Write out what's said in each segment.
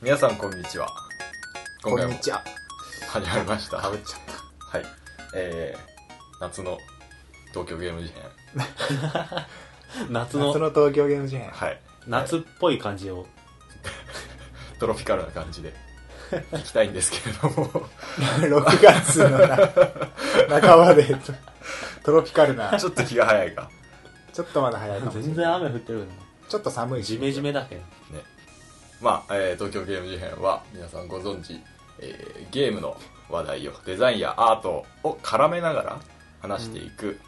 皆さんこんにちは今こ回んもにちは。始まりましたあはぶいっちゃった。えー、夏の東京ゲーム事変夏夏のの東京ゲーム事変。はい夏っぽい感じをトロピカルな感じで行きたいんですけれど も6月のな半ばで、トトロピカル な、ちちょっと気が早いかょっとまだ早いかもしれない。全然雨降ってるのねちょっと寒いし。ジメジメだけどねまあ、えー東京ゲーム事変は皆さんご存知、えーゲームの話題をデザインやアートを絡めながら話していく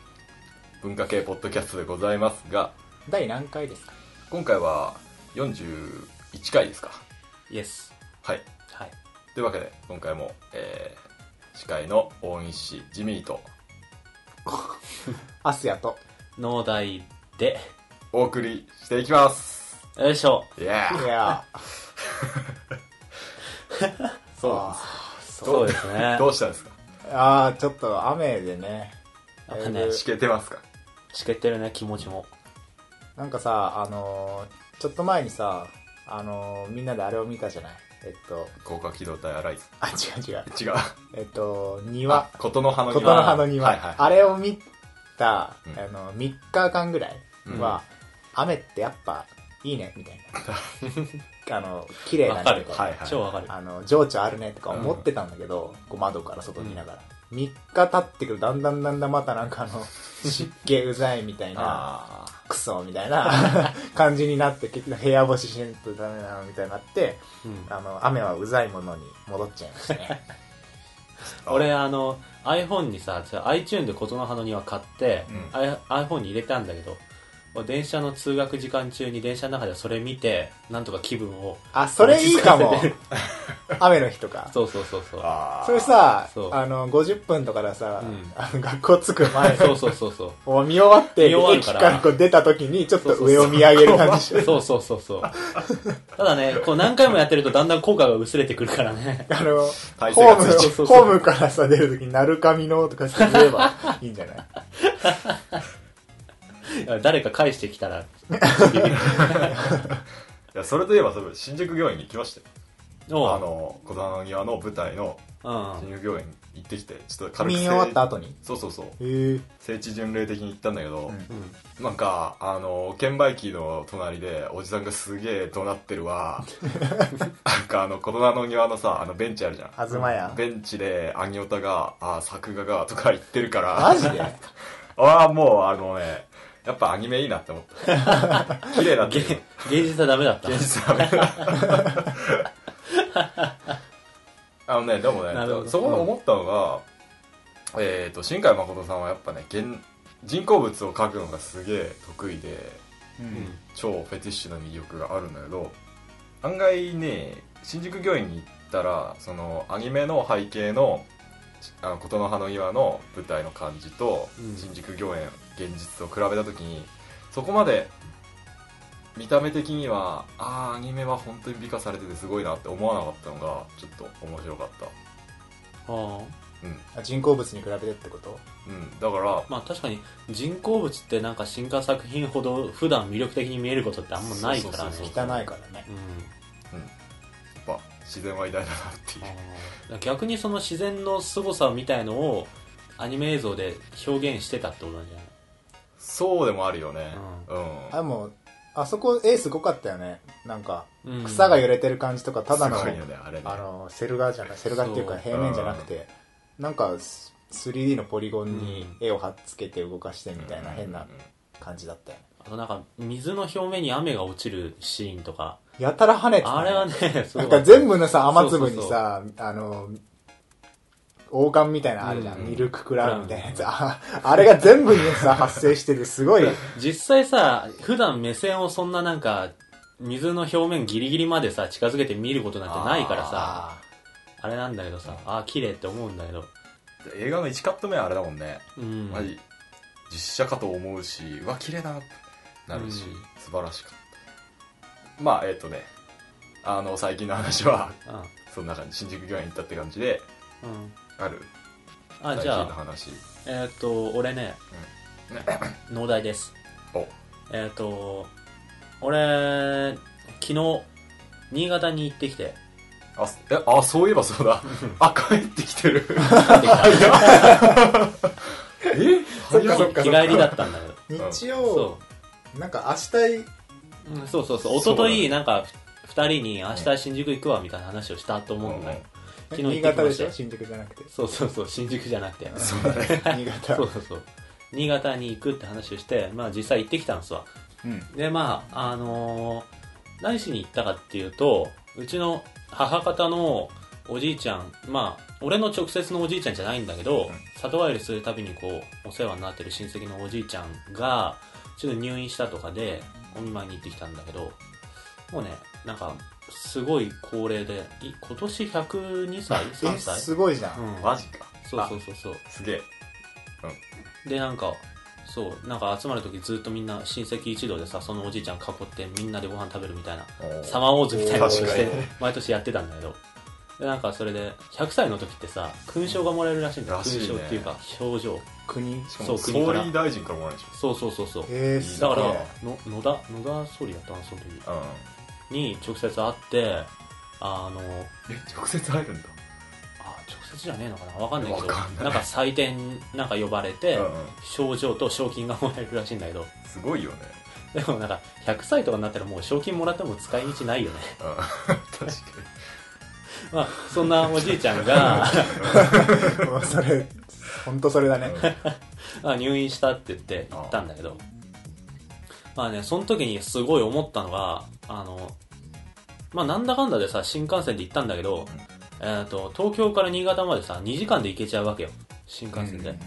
文化系ポッドキャストでございますが第何回ですか今回は41回ですかイエスはいはいというわけで今回も、えー司会の大西ジミーとアスヤと。農大でお送りしていきますよいしょイエーいイやーそうなんで あーそうそうですねすどうしたんですかあー、ちょっと雨でね。なんかねえーしけてますかしけてるね気持ちもなんかさ、あのーちょっと前にさ、あのーみんなであれを見たじゃないえっと、高架機動隊アライズあ、違う違う。違うえっと、あ庭。琴の葉の琴庭の葉の庭、はいはいあれを見た、うんあの3日間ぐらいは、雨ってやっぱいいねみたいなあの綺麗だわかねるとか、はいはい超わかるあの情緒あるねとか思ってたんだけど、こう窓から外見ながら、3日経ってくるとだんだんだんだんまたなんかあの湿気うざいみたいなああクソみたいな感じになって結局部屋干ししないとダメなのみたいになってうんあの雨はうざいものに戻っちゃいましたね俺あの iPhone にさちょ iTune で琴の葉の庭買って、う I- iPhone に入れたんだけどもう電車の通学時間中に電車の中でそれ見てなんとか気分をあそれいいかも落ち着せて雨の日とかそうそうそうそうあーそれさそうあの50分とかでさ、うんあの学校着く前そうそうそうそうもう見終わって見終わる駅かかららこう出た時にちょっと上を見上げる感じしてそうそうそうそう。 ただね、こう何回もやってるとだんだん効果が薄れてくるから ね。あの体勢ホがームついちゃうそうそうそうホームからさ出る時に「鳴る神の」とかさ言えばいいんじゃない誰か返してきたら。いやそれといえばそう新宿御苑に行きましたよあおうの琴の葉の庭の舞台のうん。新宿御苑行ってきてちょっと軽く見せい終わった後にそうそうそうへえ聖地巡礼的に行ったんだけど、うんうなんかあの券売機の隣でおじさんがすげえ怒鳴ってる わなんかあの琴の葉の庭のさあのベンチあるじゃん東屋ベンチでアニオタが「あー作画が」とか言ってるからマジで ああもうあのねやっぱアニメいいなって思った 綺麗だっん。てげ芸術はダメだった。現実ダメだ あのねでもねなるほどそこで思ったのが、えっ、と新海誠さんはやっぱね現人工物を描くのがすげえ得意でうん超フェティッシュな魅力があるんだけど案外ね新宿御苑に行ったらそのアニメの背景の「あの琴の葉の岩」の舞台の感じと、うん新宿御苑現実と比べた時にそこまで見た目的にはああアニメは本当に美化されててすごいなって思わなかったのがちょっと面白かったうんうん、あ人工物に比べてってことうん、だからまあ確かに人工物ってなんか進化作品ほど普段魅力的に見えることってあんまないからね。そうそうそう汚いからねうんやっぱ自然は偉大だなっていうあー逆にその自然の凄さみたいのをアニメ映像で表現してたってことなんじゃないそうでもあるよねうん、あもうあそこ絵すごかったよねなんかうん草が揺れてる感じとかただのすごいよねあれねあのセル画じゃないセル画っていうそかう平面じゃなくてなんかス 3D のポリゴンに絵を貼っつけて動かしてみたいな変な感じだったよねあとなんか水の表面に雨が落ちるシーンとか。やたら跳ねてたねあれはね、すなごいんか全部のさ雨粒にさあの王冠みたいなのあるじゃん、うんミルククラウンみたいなやつ、ああれが全部に さ発生しててすごい実際さ普段目線をそんななんか水の表面ギリギリまでさ近づけて見ることなんてないからさああれなんだけどさあー綺麗って思うんだけど映画の1カット目はあれだもんね、うんマジ実写かと思うしうわ綺麗だなってなるし、うん素晴らしかったまあえっ、とねあの最近の話は そんな感じ新宿御苑行ったって感じでうん、うん、あるあ最じ近ゃのあ話えーっと俺ね農大ですおえーっと俺昨日新潟に行ってきてあすえあそういえばそうだあ帰ってきてるってきたえそっかそっか日帰りだったんだけど日そ曜、なんか明日、ううんそうそうそうそう一だ昨ね日なんかふ二人に明日新宿行くわみたいな話をしたと思うんだよ昨日行っ新てきました潟でしょ新宿じゃなくて。そうそうそう新宿じゃなくてそうだね。新潟。そうそうそう新潟に行くって話をして、まあ、実際行ってきたんですわうん。でまああのー何しに行ったかっていうとうちの母方のおじいちゃんまあ俺の直接のおじいちゃんじゃないんだけど、里帰りするたびにこうお世話になってる親戚のおじいちゃんがちょっと入院したとかでお見舞いに行ってきたんだけどもうねなんかすごい高齢でい今年102歳3え、歳、すごいじゃ。うんん、マジかそうそうそうそうすげえでなんかそうなんか集まる時ずっとみんな親戚一同でさそのおじいちゃん囲ってみんなでご飯食べるみたいなサマーウォーズみたいなことし確かてに毎年やってたんだけどでなんかそれで100歳の時ってさ勲章がもらえるらしいんだよ、らしいね勲章っていうか表情国。しかそもう総国から理大臣からもらえるでしそうそうそうそうえー、すだごかい。らの野田野田総理だったのその時ょうんに直接会ってあのえ直接入るんだあ直接じゃねえのかなわかんないけどわかんないんか採点なんか呼ばれて、うんうん賞状と賞金がもらえるらしいんだけど すごいよねでもなんか100歳とかになったらもう賞金もらっても使い道ないよね うん確かにまあそんなおじいちゃんが もうそれ、本当それだね。あ入院したって言って行ったんだけどまあねその時にすごい思ったのがあのまあなんだかんだでさ新幹線で行ったんだけど、えー、と東京から新潟までさ2時間で行けちゃうわけよ新幹線でうんへ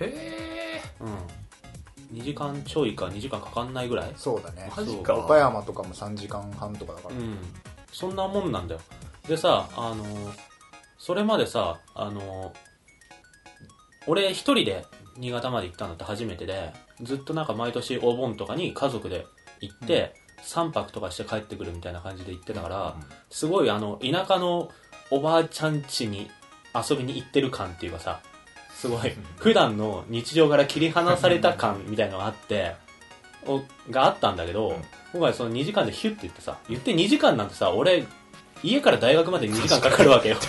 えうん、2時間ちょいか2時間かかんないぐらいそうだね。マジか岡山とかも3時間半とかだかうら。ん、そんなもんなんだよでさあのーそれまでさあのー俺一人で新潟まで行ったのって初めてでずっとなんか毎年お盆とかに家族で行って、3泊とかして帰ってくるみたいな感じで行ってたから、うんすごいあの田舎のおばあちゃん家に遊びに行ってる感っていうかさすごい普段の日常から切り離された感みたいのがあっておがあったんだけど、うん今回その2時間でヒュッて言ってさ言って2時間なんてさ俺家から大学まで2時間かかるわけ よ確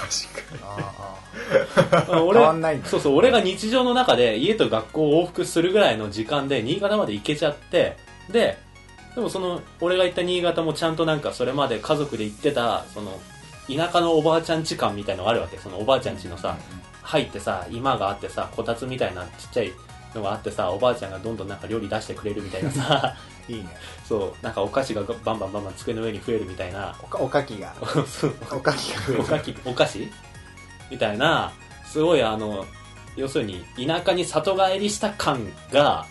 かにあー俺変わんないんだそうそう俺が日常の中で家と学校を往復するぐらいの時間で新潟まで行けちゃってででもその俺が行った新潟もちゃんとなんかそれまで家族で行ってたその田舎のおばあちゃん家感みたいのがあるわけそのおばあちゃん家のさ入ってさ今があってさこたつみたいなちっちゃいのがあってさおばあちゃんがどんどんなんか料理出してくれるみたいなさあ。いいね。そうなんかお菓子がバンバンバンバン机の上に増えるみたいな おかおかきが。そうおかきが増え おるかきお菓子みたいなすごいあの要するに田舎に里帰りした感が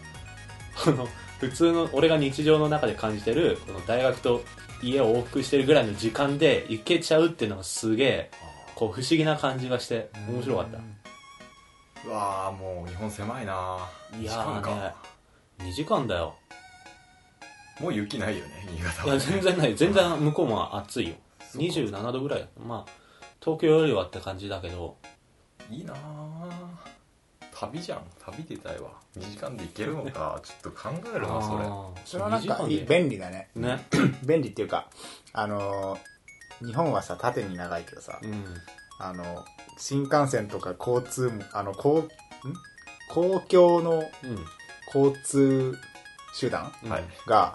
この普通の俺が日常の中で感じてるこの大学と家を往復してるぐらいの時間で行けちゃうっていうのがすげえこう不思議な感じがして面白かったうわあもう日本狭いないいやーね2時間だよもう雪ないよね新潟いはやね全然ない全然向こうも暑いよそうか27度ぐらいまあ東京よりはって感じだけどいいなあ旅じゃん旅出たいわ2時間で行けるの かちょっと考えるなそれあーそれはなんか2いい時間で便利だねね便利っていうかあのー日本はさ縦に長いけどさ、うんあの新幹線とか交通もあのこうん公共のうん交通手段うんはいが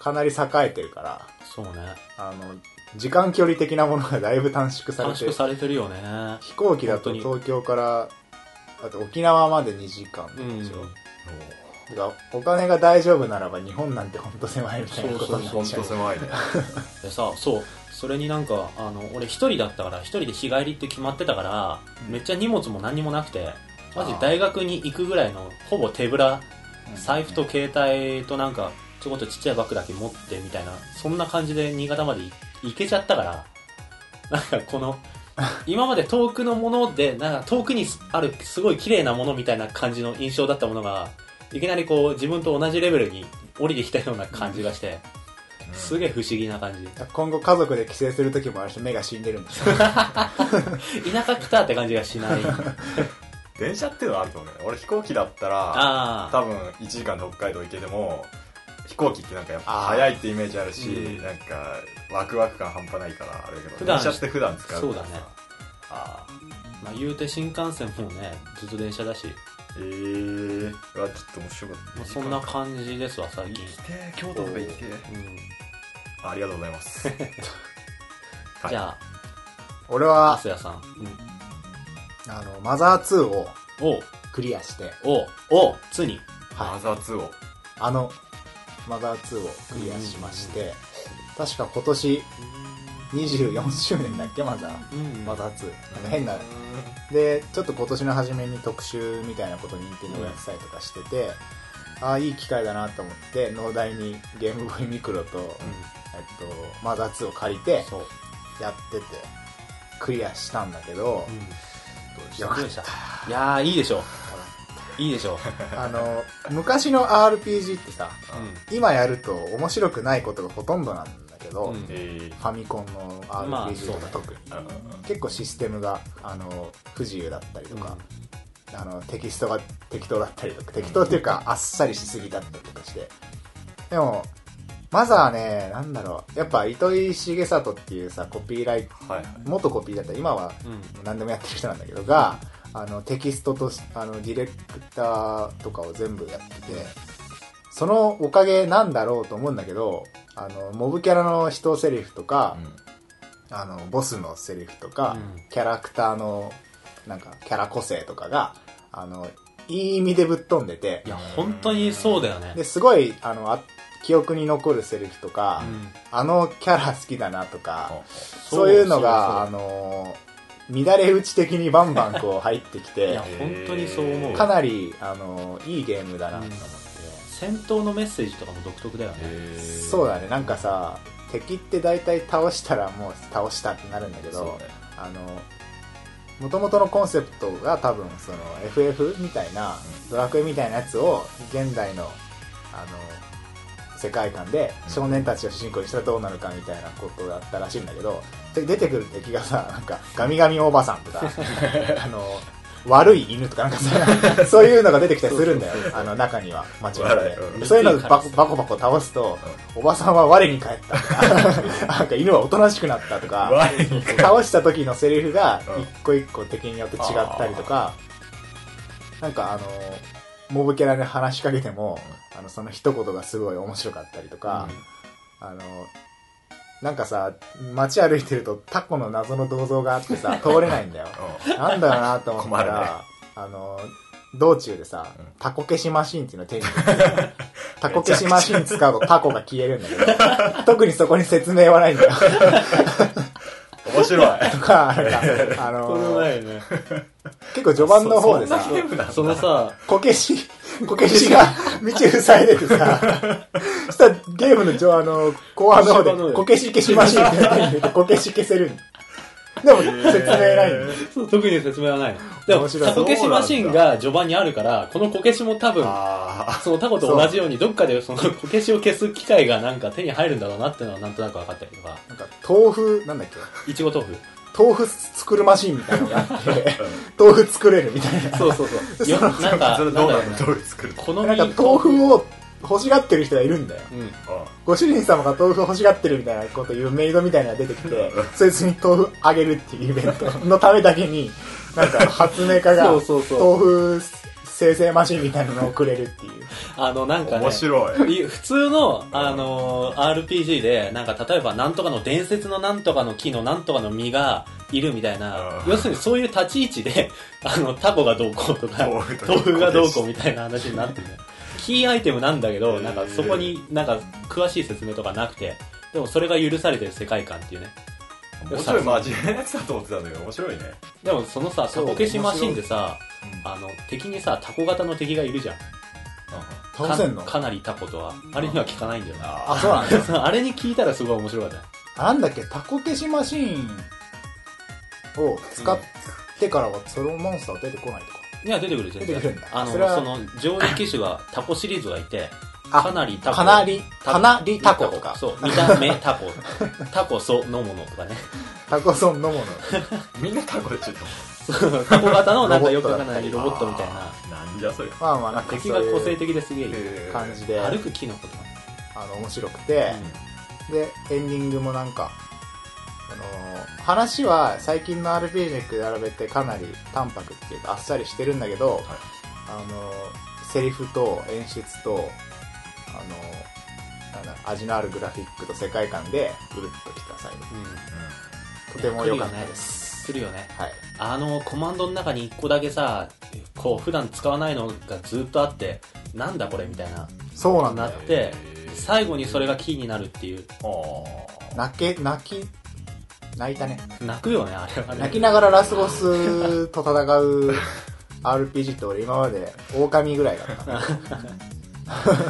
かなり栄えてるからそうねあの時間距離的なものがだいぶ短縮され短て縮されてるよね飛行機だと本当に東京からあと沖縄まで2時間でしょ、だからお金が大丈夫ならば日本なんて本当狭いみたいなことになほっんちゃうと狭いねでさそうそれになんかあの俺一人だったから一人で日帰りって決まってたから、めっちゃ荷物も何にもなくてマジあー大学に行くぐらいのほぼ手ぶらうん財布と携帯となんかちょこっとちっちゃいバッグだけ持ってみたいなそんな感じで新潟まで行けちゃったからなんかこの今まで遠くのものでなんか遠くにあるすごい綺麗なものみたいな感じの印象だったものがいきなりこう自分と同じレベルに降りてきたような感じがして、うんすげえ不思議な感じ今後家族で帰省する時もあるし目が死んでるん ですよ田舎来たって感じがしない電車っていうのはあると思うね俺飛行機だったらああ多分1時間で北海道行けても飛行機ってなんかやっぱあー早いってイメージあるし、うんなんかワクワク感半端ないからあれだけど普段電車って普段使うからさそうだねああまあ言うて新幹線もねずっと電車だし、ええー、うわちょっと面白かった、まあ、そんな感じですわ最行近き、てえ京都とか行きてえうん、あありがとうございますはいじゃあ俺は粕谷さん、あのマザー2をうん、おうクリアしておうおうつにマザー2をあのマザー2をクリアしまして確か今年24周年だっけマザーうんマザー2なんか変なでちょっと今年の初めに特集みたいなことに任天堂がやってたりとかしてて、ああいい機会だなと思って農大にゲームボーイミクロと、えうっと、マザー2を借りてんそう、やっててクリアしたんだけど、よかどっうでしたいやーいいでしょいいでしょ あの昔の RPG ってさう今やると面白くないことがほとんどなんだけど、うんフええァミコンのまあそう RPG だとねか特に、あの結構システムがあの不自由だったりとんか、あのテキストが適当だったりとか適当っていうかあっさりしすぎだったりとかしてでもマザーねなんだろうやっぱ糸井重里っていうさコピーライはいはい元コピーだった今はうん何でもやってる人なんだけどがあのテキストとしあのディレクターとかを全部やっててそのおかげなんだろうと思うんだけどあのモブキャラの人セリフとか、あのボスのセリフとか、うんキャラクターのなんかキャラ個性とかがあのいい意味でぶっ飛んでていや本当にそうだよねですごいあのあ記憶に残るセリフとか、うんあのキャラ好きだなとか、うそういうのがそうあの乱れ打ち的にバンバンこう入ってきいてや本当にそう思うかなりあのいいゲームだなと思って、戦闘のメッセージとかも独特だよねええそうだねなんかさ敵って大体倒したらもう倒したってなるんだけそどう、ねあの元々のコンセプトが多分その FF みたいなドラクエみたいなやつを現代のあの世界観でうん少年たちを主人公にしたらどうなるかみたいなことだったらしいんだけどで出てくる敵がさ なんかガミガミおばさん とかあの悪い犬とかなん かさそういうのが出てきたりするんだよあの中には間違笑えいうんてそういうのをバコバコバコ倒すとおばさんは我に返ったと かなんか犬はおとなしくなったとかワイン倒した時のセリフがうん一個一個敵によって違ったりとか、なんかあのモブキャラで話しかけてもあのその一言がすごい面白かったりとか、あのなんかさ街歩いてるとタコの謎の銅像があって さ通れないんだよなんだろうなと思っ困たら、るねあの道中でさ、うんタコ消しマシンっていうのを手に入れて さタコ消しマシン使うとタコが消えるん だけど特にそこに説明はないんだようん面白いとか、なんか、あこれのはよね結構序盤の方でさ、そんなゲームなんだ そのさこけし、こけしが道塞いでて さ、そしたらゲームの上、あの、後半の方後半の方で、でこけし消しマシンってやってみてこけし消せるでも、説明ないんだよそう特に説明はないのでも面白いタコ消しマシンが序盤にあるからこのこけしも多分 あそのタコと同じようにどっかでそのこけしを消す機会がなんか手に入るんだろうなってのはなんとなく分かったりとかなんか、豆腐、なんだっけいちご豆腐豆腐作るマシンみたいなのがあって、豆腐作れるみたいな。そうそうそうよなんあ かなそれんだどうろなうねのどう作るの好みなんか、豆腐を欲しがってる人がいるんだよ。うんあご主人様が豆腐欲しがってるみたいなこと言うメイドみたいなのが出てきて、そいつに豆腐あげるっていうイベントのためだけ に、なんか発明家がそ豆うそうそう腐生成マシンみたいなのをくれるっていう。あのなんかね面白いい普通の、あのー RPG でなんか例えばなんとかの伝説のなんとかの木のなんとかの実がいるみたいなうん要するにそういう立ち位置で あのタコがどうこうとか豆腐と豆腐がどうこうみたいな話になってるキーアイテムなんだけどなんかそこになんか詳しい説明とかなくてでもそれが許されてる世界観っていうね面白い真面目なやつだと思ってたんだけど面白いねでもそのさタそうコ消しマシンでさ白いうんあの敵にさタコ型の敵がいるじゃん倒せんのかかなりタコとはあれには効かないんだよな あ、そうなんだ。あれに聞いたらすごい面白かったなんだっけ、タコ消しマシンを使ってからはそのモンスター出てこないとか。いや、出てくる、全出然てくるんだあの、そそれはの、上位機種がタコシリーズがいて、あかなりタコ。かなり、かなりタコとか。そう、見た目タコ。 タコそのものとかね。 タコソンのもの。みんなタコでちょっとタコ型のなんかよくわかんロボットだったなりいロボットみたいな。なんじゃそりゃまあまあ、なんか敵そうが個い性う的ですげえいい。感じで。歩く木のことか。あの面白くて、でエンディングもなんか、あのー話は最近の RPG に並べてかなり淡白っていうかあっさりしてるんだけど、あのーセリフと演出と、あのーなんだろう味のあるグラフィックと世界観でうるっときた最後とても良かったです、するよねはいあのコマンドの中に1個だけさこう普段使わないのがずっとあってなんだこれみたいなそうなんだよなで最後にそれがキーになるっていうああ泣け泣き泣いたね泣くよねあれはね泣きながらラスボスと戦う RPG って俺今まで狼ぐらいだ ったな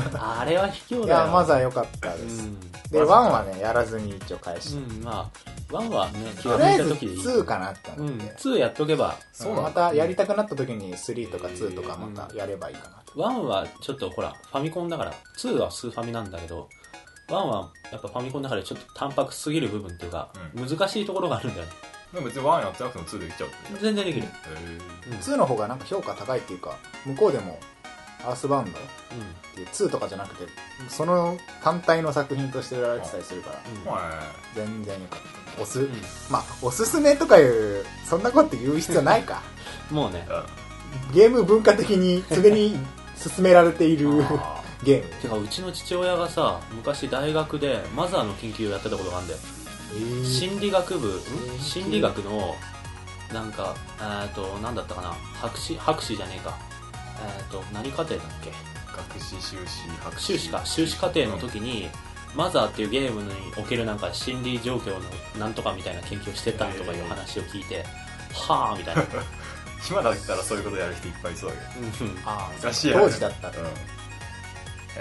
あれは卑怯いだよやまずは良かったでうす、んで1はねやらずに一応返しうんまあワンはね気とがりあえ向いたず時でいい2かなってう思っんて、 2やっとけばそうなんだまたやりたくなった時に3とか2とかまたやればいいかなと、ワンはちょっとほらファミコンだから2はスーファミなんだけどワンはやっぱファミコンの中でちょっと淡白すぎる部分っていうか、難しいところがあるんだよねでも別にワンやってなくてもツーできちゃうってね全然できへる、うん2の方がなんか評価高いっていうか向こうでもアースバウンドっていう2とかじゃなくてその単体の作品として売られてたりするからうんえは全然よかったおす、うんまあおすすめとかいうそんなこと言う必要ないかうんもうねいうんゲーム文化的にすでに進められているあゲームてかうちの父親がさ昔大学でマザーの研究をやってたことがあるんだよ心理学部心理学のなんかえーと何だったかな博士博士じゃねえかえーと何課程だっけー学士修士博士修士か修士課程の時に、マザーっていうゲームにおけるなんか心理状況のなんとかみたいな研究をしてたとかいう話を聞いて、はあみたいな暇だったらそういうことやる人いっぱいいそうだけうんあーどらしいよね当時だったらうんあ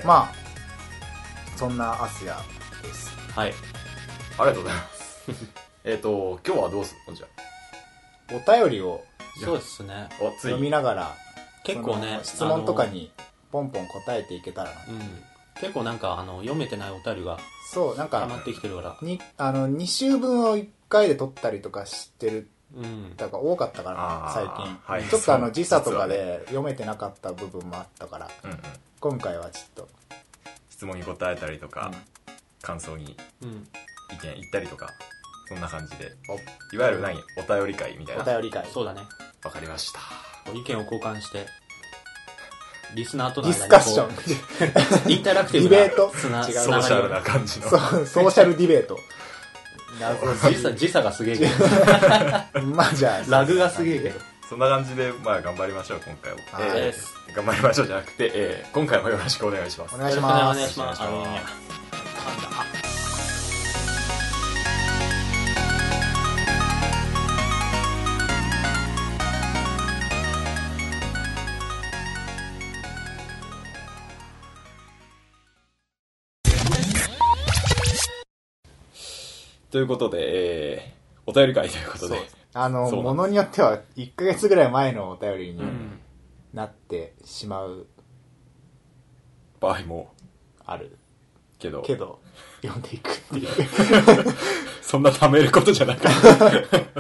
まあそんなアスヤですはいりがとうございます えっと今日はどうするのじゃお便りをそうですねあおつい読にみながら結構ねその質問とかにポンポン答えていけたらなあのうん結構なんかあの読めてないお便りがそうなん溜かまってきてるからにあの2週分を1回で撮ったりとかしてるうんだから多かったかあら最ー近、はいちょっとそあうの時差とか実で読めてなかった部分もあったからうんうん今回はちょっと質問に答えたりとかうん感想にうん意見言ったりとかそんな感じでおいわゆる何お便り会みたいなお便り会そうだねわかりました意見を交換してリスナーとデのィ間にこスうカッショ ンインタラクティブディなベートつな違うつソなーシャルがな感じのそうソーシャルディベー トりを時差時差がすげえけどまあじゃあラグがすげえけどそんな感じで、まあ、頑張りましょう、今回も。はいえー頑張りましょうじゃなくて、えー今回もよろしくお願いしますお。願いしまお願いしすますあのということで、えーお便り会ということで、あのそうなんですものによっては1ヶ月ぐらい前のお便りにうんなってしまう場合も、あるけど、けど読んでいくっていう そんな貯めることじゃなくて。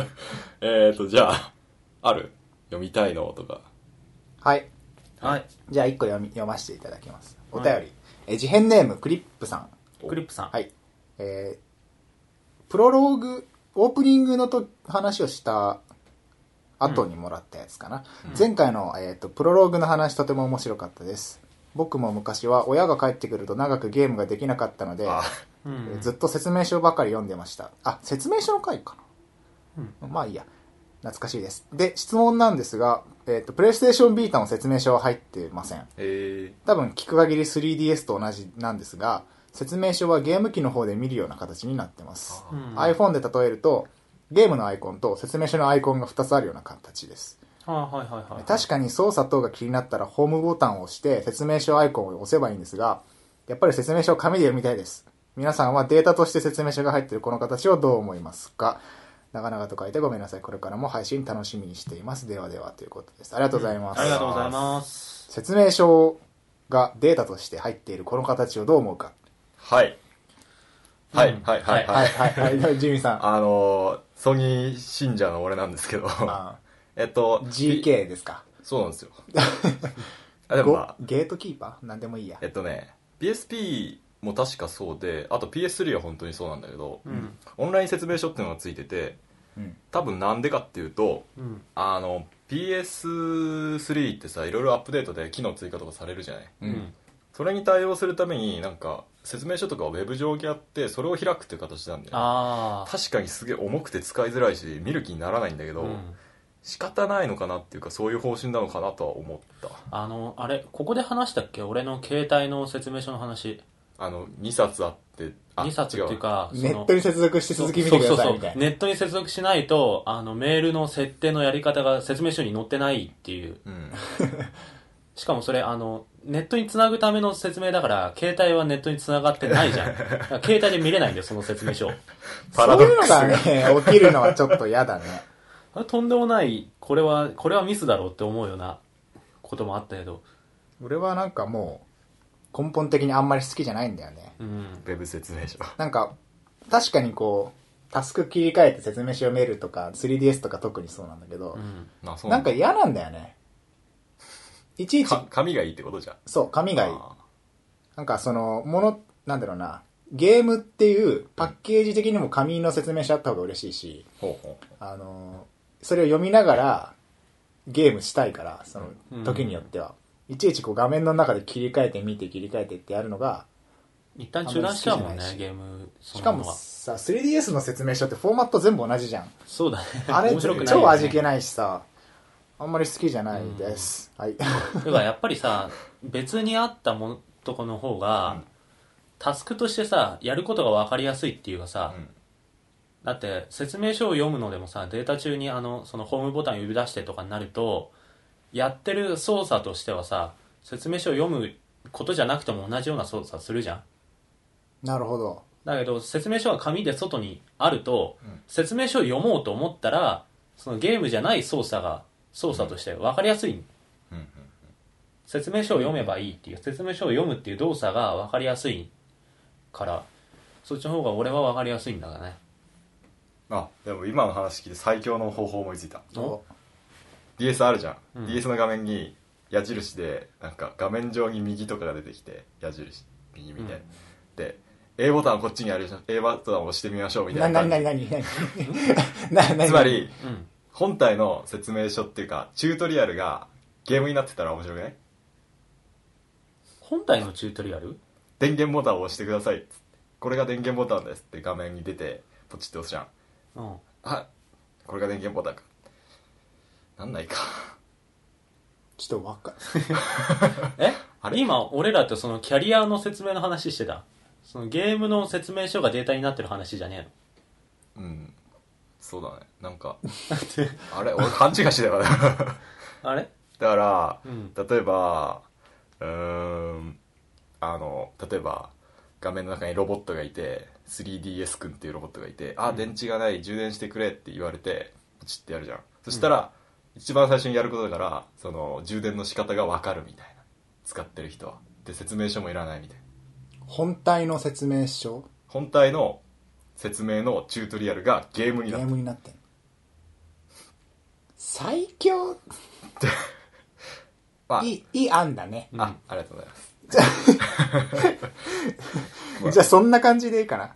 えっと、じゃあ、ある読みたいのとか。はいはいじゃあ1個読み読ませていただきますお便り、はいえ事変ネームクリップさんクリップさんはいえープロローグオープニングのと話をした後にもらったやつかな、前回の、えー、とプロローグの話とても面白かったです僕も昔は親が帰ってくると長くゲームができなかったのであ、うんずっと説明書ばかり読んでましたあ説明書の回かな、まあいいや懐かしいですで質問なんですが、えー、とプレイステーションビータの説明書は入ってませんえ多分聞く限り 3DS と同じなんですが説明書はゲーム機の方で見るような形になってます、ー、うん iPhone で例えるとゲームのアイコンと説明書のアイコンが2つあるような形ですあはいはいはい確かに操作等が気になったらホームボタンを押して説明書アイコンを押せばいいんですがやっぱり説明書を紙で読みたいです皆さんはデータとして説明書が入っているこの形をどう思いますか長々と書いてごめんなさいこれからも配信楽しみにしていますではではということですありがとうございます、ありがとうございます説明書がデータとして入っているこの形をどう思うか。はい。はうい、んはい、はい、は、はいい。はい、はい、ジミーさん。あのー、ソニー信者の俺なんですけど、あえっと、 GK ですか。そうなんです よ。あでもごまあ、ゲートキーパーなんでもいいやえ。っとね、PSP も確かそうであと PS3 は本当にそうなんだけど、うんオンライン説明書っていうのがついててうん多分なんでかっていうとうんあの PS3 ってさいろいろアップデートで機能追加とかされるじゃない、うんうんそれに対応するためになんか説明書とかをウェブ上にあってそれを開くっていう形なんだよねああ確かにすげえ重くて使いづらいし見る気にならないんだけど、うん仕方ないのかなっていうかそういう方針なのかなとは思ったあのあれここで話したっけ俺の携帯の説明書の話あの2冊あってあ2冊っていうかそネッのトに接続して続き見てくださいみたいなネットに接続しないとあのメールの設定のやり方が説明書に載ってないってい違うう うんしかもそれあのネットにつなぐための説明だから携帯はネットにつながってないじゃんだから携帯で見れないんだよその説明書パそラうドいうッのクスががね起きるのはちょっと嫌だねあれとんでもないこれはこれはミスだろうって思うようなこともあったけど俺はなんかもう根本的にあんまり好きじゃないんだよねうんウェブ説明書 なんか確かにこうタスク切り替えて説明書を見るとか 3DS とか特にそうなんだけど、うんなそうなんか嫌なんだよねいちいちか紙がいいってことじゃんそう紙がいいあなんかそのものなんだろうなゲームっていうパッケージ的にも紙の説明書あった方が嬉しいしーほうほうあのそれを読みながらゲームしたいからそうんの時によっては、いちいちこう画面の中で切り替えて見て切り替えてってやるのが一旦中断しちゃうもあんねんまり好きじゃないしゲームそしのかものもはさ 3DS の説明書ってフォーマット全部同じじゃんそうだねあれ面白くないよね超味気ないしさあんまり好きじゃないです、はいだからやっぱりさ別にあったものとこの方が、うんタスクとしてさやることが分かりやすいっていうかさ、うんだって説明書を読むのでもさデータ中にあのそのホームボタン呼び出してとかになるとやってる操作としてはさ説明書を読むことじゃなくても同じような操作するじゃんなるほどだけど説明書が紙で外にあると、うん説明書を読もうと思ったらそのゲームじゃない操作が操作として分かりやすい、うんうん説明書を読めばいいっていう説明書を読むっていう動作が分かりやすいからそっちの方が俺は分かりやすいんだがねあでも今の話聞いて最強の方法思いついたお DS あるじゃん、うん DS の画面に矢印でなんか画面上に右とかが出てきて矢印右みたいな、うんで A ボタンこっちにあるでしょ A ボタンを押してみましょうみたないなな感にじなになになにななにつまりうん本体の説明書っていうかチュートリアルがゲームになってたら面白くない本体のチュートリアル電源ボタンを押してくださいっつってこれが電源ボタンですって画面に出てポチって押すじゃん うんあこれが電源ボタンかなんないかちょっとわかえあれ今俺らってそのキャリアの説明の話してたそのゲームの説明書がデータになってる話じゃねうんそうだねなんかえのだってあれ俺勘違いしてたよね あれだからうん例えばうーんあの例えば画面の中にロボットがいて 3DS 君っていうロボットがいて「あ電池がない充電してくれ」って言われてポチってやるじゃんそしたら、一番最初にやることだからその充電の仕方が分かるみたいな使ってる人はで説明書もいらないみたいな本体の説明書本体の説明のチュートリアルがゲームにゲなーっムになってんの最強たあいいいい案だね、あありがとうございます、じゃあそんな感じでいいかな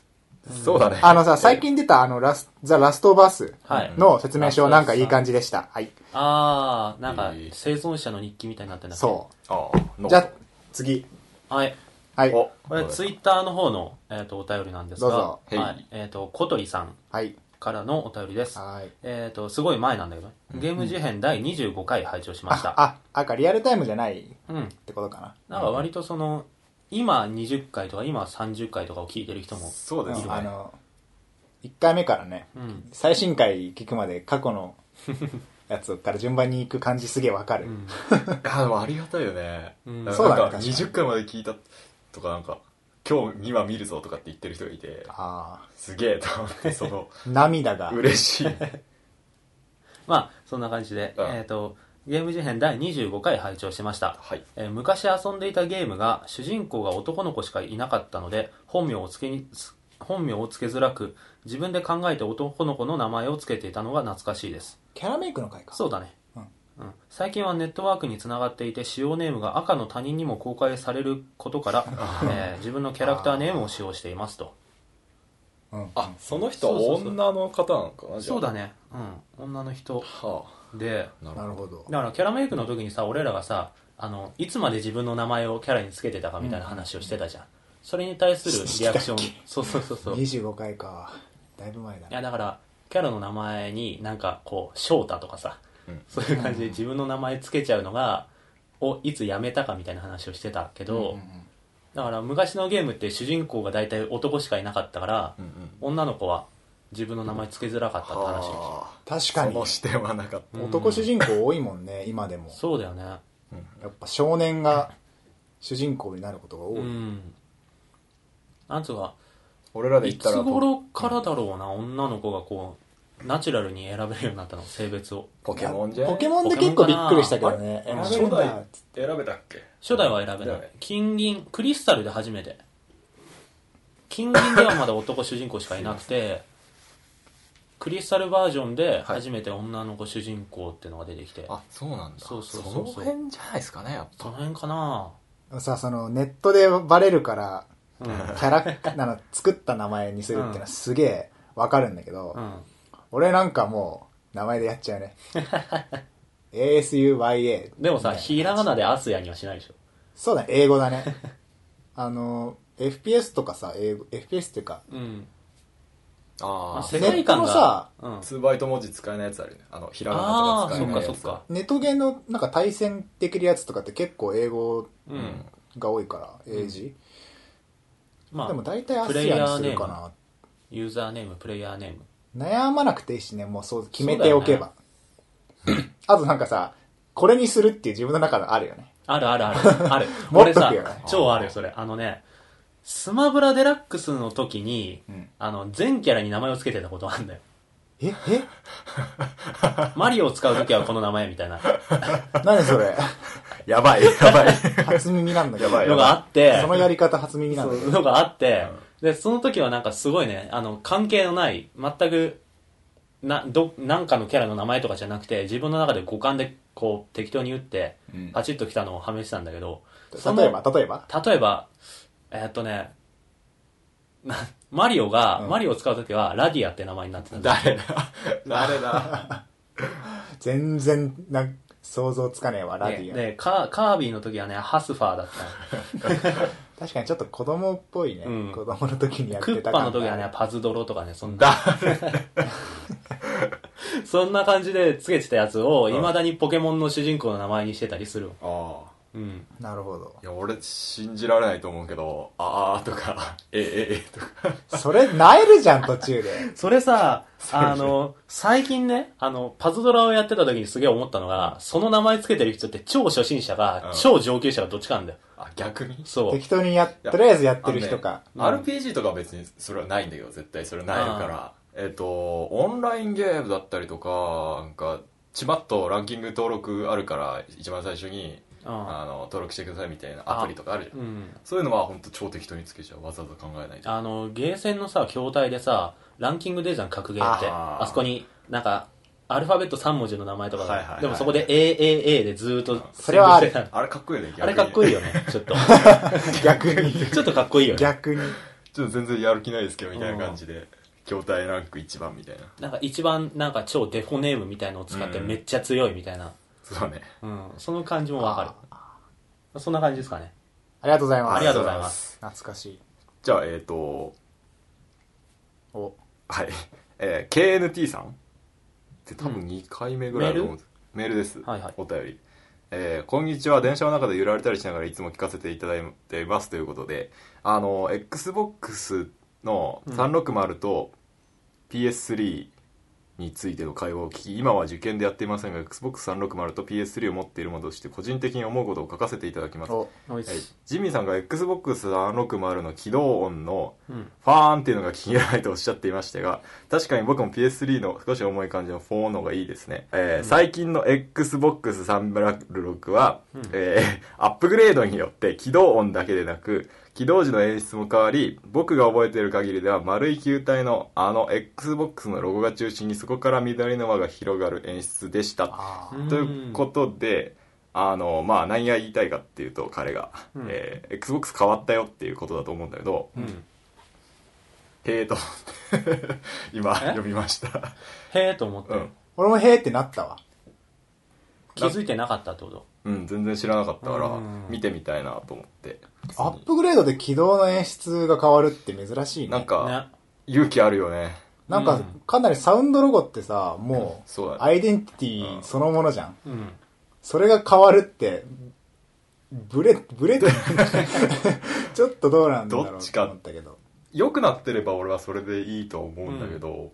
そうだねあのさ最近出たあのラス「ザ・ラストバスはい」の説明書なんかいい感じでしたはいああなんかえー生存者の日記みたいになってんだっけそあうのじゃあ次はいはいおこれツイッターの方の、えー、とお便りなんですがどうぞはへい、えっ、と小鳥さんはいからのお便りですはいえっ、と、すごい前なんだけどね、ゲーム事変第25回拝聴しました。ああなんかリアルタイムじゃないっうん。てことかななんか割とその、今20回とか今30回とかを聞いてる人も、そうですねうんあの1回目からねうん。最新回聞くまで過去のやつから順番に行く感じすげえわかる、うん。いやでもありがたいよね、うんなんそうだかね確かに20回まで聞いたとかなんか今日今見るぞとかって言ってる人がいてあすげえと思ってそ のあ涙が嬉しいまあ、そんな感じで、うんえっ、と、ゲーム事変第25回拝聴しました。 はいえー昔遊んでいたゲームが主人公が男の子しかいなかったので本名をつけにつ本名をつけづらく自分で考えて男の子の名前をつけていたのが懐かしいですキャラメイクの回かそうだね、うんうん最近はネットワークにつながっていて使用ネームが赤の他人にも公開されることから、えー自分のキャラクターネームを使用していますとうんあその人はそうそうそう女の方なのかなじゃあそうだねうん女の人はであなるなほるどほどだからキャラメイクの時にさ俺らがさあのいつまで自分の名前をキャラにつけてたかみたいな話をしてたじゃん、それに対するリアクションしてたそうそうそうそうい25回かだいぶ前だやだからキャラの名前になんかこう翔太とかさ、うんそういう感じで自分の名前つけちゃうのがをいつやめたかみたいな話をしてたけど、うんうんうんだから昔のゲームって主人公が大体男しかいなかったから、うんうん女の子は自分の名前つけづらかったって話をは確あかそにの視点はなかったうん男主人公多いもんね 今でもそうだよねやっぱ少年が主人公になることが多い、うんなんつうか俺らでい言ったつらポ頃からだろうな、女の子がこうナチュラルに選べるようになったの性別をポケモンじゃんポケモンで結構びっくりしたけどねあれうん初代選べたっけ初代は選べなだよい金銀クリスタルで初めて金銀ではまだ男主人公しかいなくて クリスタルバージョンで初めて女の子主人公っていうのが出てきて、あそうなんだそうそうそうそうその辺じゃないですかねやっそのぱ辺かなさそのネットでバレるからうんキャラクターの作った名前にするっていうのはすげえわかるんだけど、うん俺なんかもう名前でやっちゃう ね ASUYA でもさ、ねひらがなでアスヤにはしないでしょ。そうだね英語だねあの FPS とかさ英語 FPS っていうかうん。あ世あ界ネ観が。ットのさうん。 2バイト文字使えないやつあるよねあのひらがあなとあかー、使えそっないかやそつっか。ネットゲーのなんか対戦できるやつとかって結構英語ううんん。が多いから、英字までもあ、大体アスヤにするかなユーザーネーム、プレイヤーネーム。悩まなくていいしね、もうそう、決めておけば。あとなんかさ、これにするっていう自分の中であるよね。あるある ある。ある。持俺っとさくよね、超あるよ、それ。あのね、スマブラデラックスの時に、うんあの、全キャラに名前を付けてたことある んだよ。え、えマリオを使う時はこの名前みた いな何それやばいやばい初耳なんだけど。やばいのがあって、そのやり方初耳なんだけそうど。のがあって、で、その時はなんかすごいね、あの、関係のない、全く、な、ど、なんかのキャラの名前とかじゃなくて、自分の中で五感でこう適当に打って、うんパチッときたのを試してたんだけど、その例えば、例えば例えば、えーっとね、なマリオが、うんマリオを使う時は、ラディアって名前になってたんだ。 誰だ誰 だ全然、な、想像つかねえわ、ラデでィア。でカー、カービィの時はね、ハスファーだったの。 確かにちょっと子供っぽいね。うん子供の時にやっクてッたパ感の時がはね、パズドロとかね、そんな。だ そんな感じでつけてたやつを、ん未だにポケモンの主人公の名前にしてたりする。ああうん。なるほど。いや俺信じられないと思うけど「ああ」とか 「ええええ」とかそれ、なえるじゃん、途中で。それさ、あの、最近ね、あの、パズドラをやってた時にすげえ思ったのが、その名前つけてる人って超初心者うん、が超上級者がどっちかなんだよ。あ逆にそう。適当にやっ、とりあえずやってる人か。あのね RPG とかは別にそれはないんだけど絶対それないからえっ、とオンラインゲームだったりとかなんかちまっとランキング登録あるから一番最初にうん。あの登録してくださいみたいなアプリとかあるじゃんうん。そういうのは本当超適当につけちゃうわざわざ考えないであの、ゲーセンのさ、筐体でさ、ランキング出るじゃん、格ゲーって。ああーそこに、なんか、アルファベット3文字の名前とかが、はいはいはいでもそこで AAA でずーっと、それはある ああれかっこいいよね逆にれかっこいいよよね、ちょっと。逆に。ちょっとかっこいいよね。逆に。 ちょっと全然やる気ないですけどみたいな感じで筐体ランク1番みたいななんか一番なんか超デフォネームみたいのを使ってうんめっちゃ強いみたいな、そうねうん、その感じもわかるそんな感じですかねありがとうございます。ありがとうございます懐かしい。じゃあえっ、とお、はい。えー KNT さんって多分2回目ぐらいだと思うんですメールです。はいはいお便り。えーこんにちは。電車の中で揺られたりしながらいつも聞かせていただいていますということで、あの、Xbox の360と PS3 についての会話を聞き、今は受験でやっていませんが、Xbox360 と PS3 を持っているものとして個人的に思うことを書かせていただきます。お、おいはい、ジミーさんが Xbox360 の起動音のうんファーンっていうのが気に入らないとおっしゃっていましたが、確かに僕も PS3 の少し重い感じの4の方がいいですね。えー最近の XBOX306 は、えーアップグレードによって起動音だけでなく、起動時の演出も変わり僕が覚えている限りでは丸い球体のあの XBOX のロゴが中心にそこから緑の輪が広がる演出でしたあうんということであのまあ何が言いたいかっていうと彼が、うんえー XBOX 変わったよっていうことだと思うんだけどうん。へえと思って 今え読みましたへえと思ってう、ん俺もへーってなったわ気づいてなかったってことうん全然知らなかったからうん見てみたいなと思ってアップグレードで軌道の演出が変わるって珍しいねなんねか。勇気あるよねなんかうんかなりサウンドロゴってさもうそうだアねイデンティティそのものじゃんうん。それが変わるってブレブレて ちょっとどうなんだろどっうちとか思ったけど良くなってれば俺はそれでいいと思うんだけど、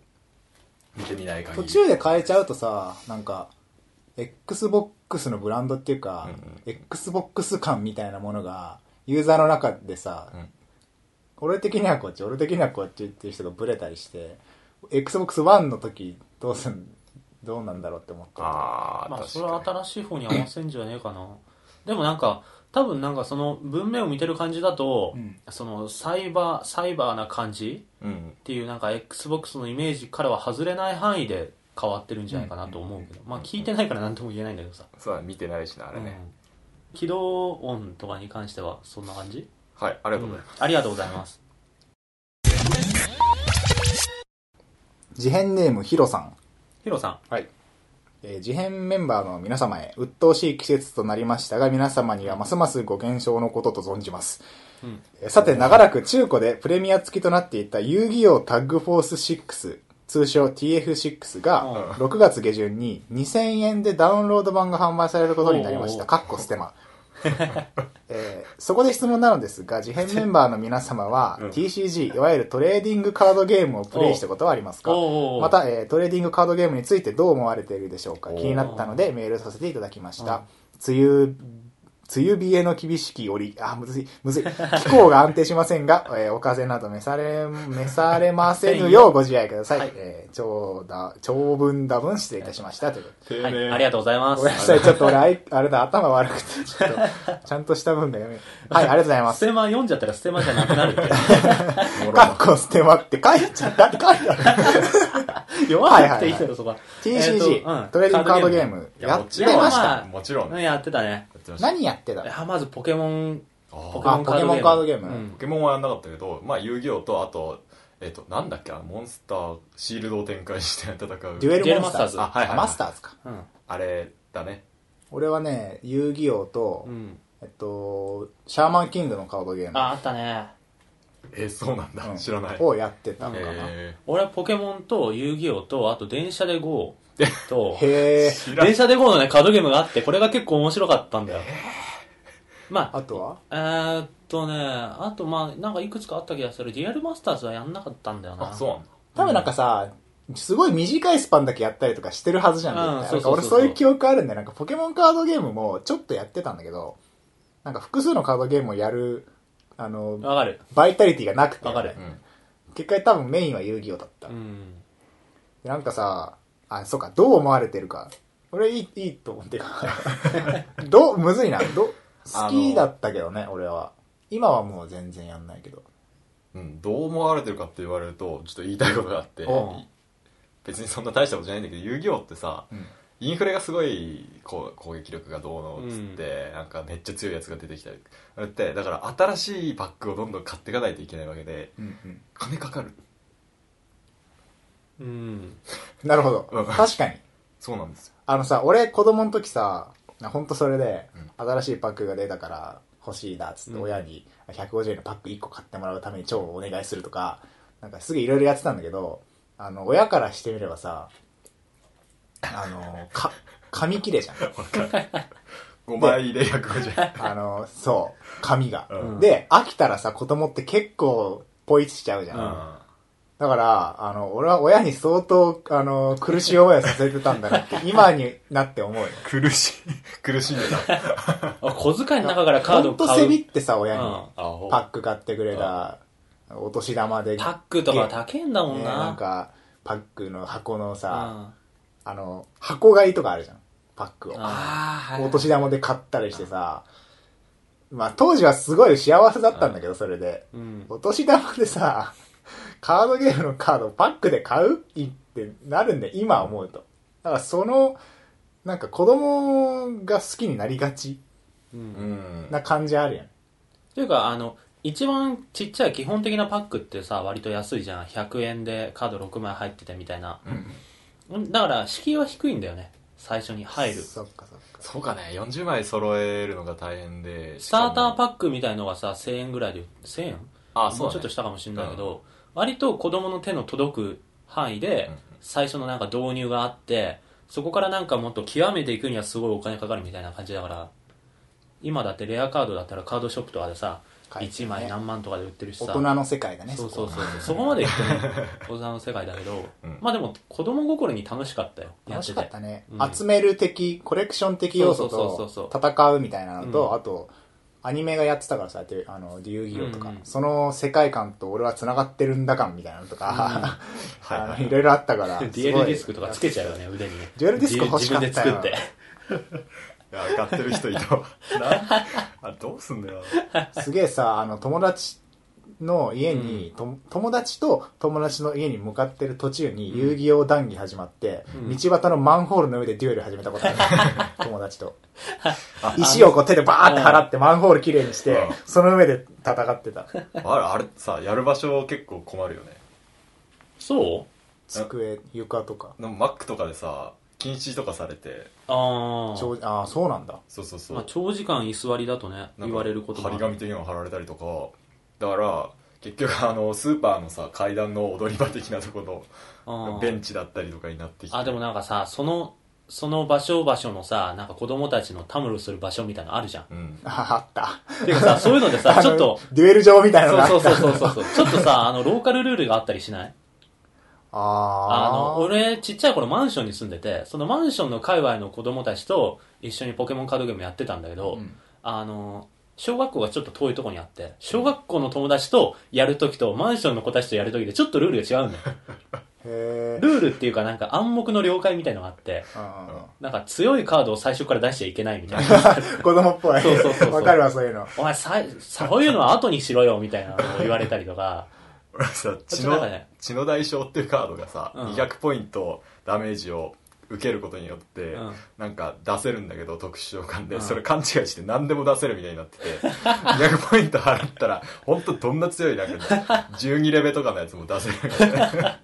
見てみない限り途中で変えちゃうとさなんか XBOX のブランドっていうか、うん XBOX 感みたいなものがユーザーの中でさ、うん俺的にはこっち俺的にはこっちっていう人がブレたりして XBOX1 の時どうすんどうなんだろうって思ったああ、まあ、確それはか新しい方に合わせんじゃねえかな。 でもなんか、多分なんかその文面を見てる感じだと、うんそのサイバー、サイバーな感じにうんっていうなんか XBOX のイメージからは外れない範囲で変わってるんじゃないかなと思うけど、まあ聞いてないから何とも言えないんだけどさ。そうだね見てないしなあれね、うん起動音とかに関してはそんな感じはいありがとうございます、ありがとうございます。事変ネームヒロさんヒロさはい。えー、事変メンバーの皆様へ、鬱陶しい季節となりましたが、皆様にはますますご減少のことと存じます。うんえーさて、長らく中古でプレミア付きとなっていた遊戯王タッグフォース6、通称 TF6 うんが、6月下旬に2000円でダウンロード版が販売されることになりましおうおた。うかっこステマ。えーそこで質問なのですが、事変メンバーの皆様は、うん TCG、いわゆるトレーディングカードゲームをプレイしたことはありますん。かおうおうま、た、えートレーディングカードゲームについてどう思われているでしょうかおー気になったのでメールさせていただきました、梅雨梅雨冷えの厳しき折あむずいむずい気候が安定しませんが、 えーお風邪など召され召されませぬようご自愛ください、はいえー長だ長文多文失礼いたしましたということで丁はい、寧ありがとうございまごす。めんなさいちょっと俺あいあれだ頭悪くてちょっとちゃんとした文が読めはいありがとうございま スすテマ読んじゃったらステマじゃなくなるって。もろかっなこ捨てまって書いちゃったって書いてある読まなくていいだろ、そこは。 TCG、えーとうんトレーディングカードゲームいややもっちてろんままししたたもちろんうんやってたね。やってました何やってたいやまずポケモン、あポーケモンカードゲーあポケモム。ンカードゲームポケモンはやんなかったけど、まあ、遊戯王とあとえっ、となんだっけあのモンスターシールドを展開して戦うデュエルモンスターデュエルマスターズ。ズああはいはいはいマスターズか。うん。うん。あれだね俺はね、遊戯王と、うん。えっと、シャーマンキングのカードゲーム。あ、あったね。えーそうなんだ、うん知らないをやってたかな。え俺はポケモンと遊戯王と、あと電車で GO と、へえ。ー、知ら電車で GO のね、カードゲームがあって、これが結構面白かったんだよ。まあ、あとはえーっとね、あとまあ、なんかいくつかあった気がする。デュエルマスターズはやんなかったんだよな。あそうなんだ多分なんかさ、すごい短いスパンだけやったりとかしてるはずじゃん。うん絶対そなうんか俺そうそうそうそういう記憶あるんだよ。なんかポケモンカードゲームもちょっとやってたんだけど、なんか複数のカードゲームをやる、あの、わかる。バイタリティがなくて、わかるうん結果多分メインは遊戯王だったう。ん。なんかさ、あ、そうか、どう思われてるか。俺いい、いいと思ってる どう、むずいな。どう、好きだったけどね、俺は。今はもう全然やんないけど。うん、どう思われてるかって言われるとちょっと言いたいことがあっておう別にそんな大したことじゃないんだけど遊戯王ってさ、うんインフレがすごいこう攻撃力がどうのっつって、なんかめっちゃ強いやつが出てきたりあれってだから新しいパックをどんどん買っていかないといけないわけで金かかるうん。なるほど。うん確かに。そうなんですよあのさ、俺子供の時さ、ほんとそれで、新しいパックが出たから欲しいな、つってうん親に150円のパック1個買ってもらうために超お願いするとか、なんかすげえいろいろやってたんだけど、あの、親からしてみればさ、あの、か、紙切れじゃん。 5枚で150円あの、そう、紙が。うんで、飽きたらさ、子供って結構、ポイしちゃうじゃん。うんだから、あの、俺は親に相当、あの、苦しい思いをさせてたんだな って、今になって思うよ。苦しい 苦しいんだあ、小遣いの中からカードをほんと買せう。びってさ、親に。うんあほパック買ってくれた、お年玉で。パックとか高えんだもんねな。なんか、パックの箱のうん、さ、ああの、箱買いとかあるじゃん。パックを。あお年玉で買ったりしてさ、まあ当時はすごい幸せだったんだけど、それで。うん。お年玉でさ、カードゲームのカードをパックで買うってなるんで、今思うと。だからその、なんか子供が好きになりがちう。うんんな感じあるやん。というか、あの、一番ちっちゃい基本的なパックってさ、割と安いじゃん。100円でカード6枚入っててみたいな。うんうんだから、敷居は低いんだよね。最初に入る。そっかそっか。そうかね40枚揃えるのが大変でスターターパッックみたいのがさ、1000円ぐらいで、1000円あそうもうだちねょっとしたかもしれないけど、割と子供の手の届く範囲でうんうん、最初のなんか導入があって、そこからなんかもっと極めていくにはすごいお金かかるみたいな感じだから、今だってレアカードだったらカードショップとかでさ、買えてね1枚何万とかで売ってるし大さ、人の世界だね。そうこそうはそうそう、そこまでいくとね、 大人の世界だけど、うんまあでも子供心に楽しかったよ、楽やってしてかっ。たね、うん集める的コレクション的要素そうそうそとうそ戦うみたいなのと、うんあとアニメがやってたからさであの竜戯王とか、うんうんその世界観と俺は繋がってるんだ感みたいなのとか、はいはい あのいろいろあった からデすュエごいルディスクとかつけちゃうよね、腕にね。デュエルディスク欲しかったよ自分で作って。いや買ってる人いた わなあどうすんだよすげえさあの友達の家に、と友達と友達の家に向かってる途中に遊戯王談義始まって、うん道端のマンホールの上でデュエル始めた ことある友達とあ石をこう手でバーって払ってマンホールきれいにしてうんその上で戦って たあれあれさやる場所結構困るよねそう机床とかでもマックとかでさ禁止とかされてああ。長ああそうなんだ そうそうそう、まあ、長時間居座りだとね、なん言かわれることもあ張るり紙的なの貼られたりとかだから結局あのスーパーのさ階段の踊り場的なとこあろーのベンチだったりとかになってきてあでもなんかさそのその場所場所のさなんか子供たちのたむろする場所みたいなのあるじゃんうんああったていうかさそういうのでさちょっと あのデュエル場みたいなのがあったそうそうそうそうそうちょっとさあのローカルルールがあったりしないああの俺ちっちゃい頃マンションに住んでてそのマンションの界隈の子供たちと一緒にポケモンカードゲームやってたんだけど、うんあの小学校がちょっと遠いところにあって小学校の友達とやるときとマンションの子たちとやるときでちょっとルールが違うんだよあへえルールっていうかなんか暗黙の了解みたいのがあってなんか強いカードを最初から出しちゃいけないみた いな。子供っぽいそうそうそうそ うわかるわそういうのお前さい、そういうのは後にしろよみたいなのを言われたり とか。俺さ血ちょのっとなんかね血の代償っていうカードがさ、うん200ポイントダメージを受けることによって、うんなんか出せるんだけど特殊召喚で、うんそれ勘違いして何でも出せるみたいになってて200ポイント払ったら本当どんな強いなんか12レベとかのやつも出せるみたいな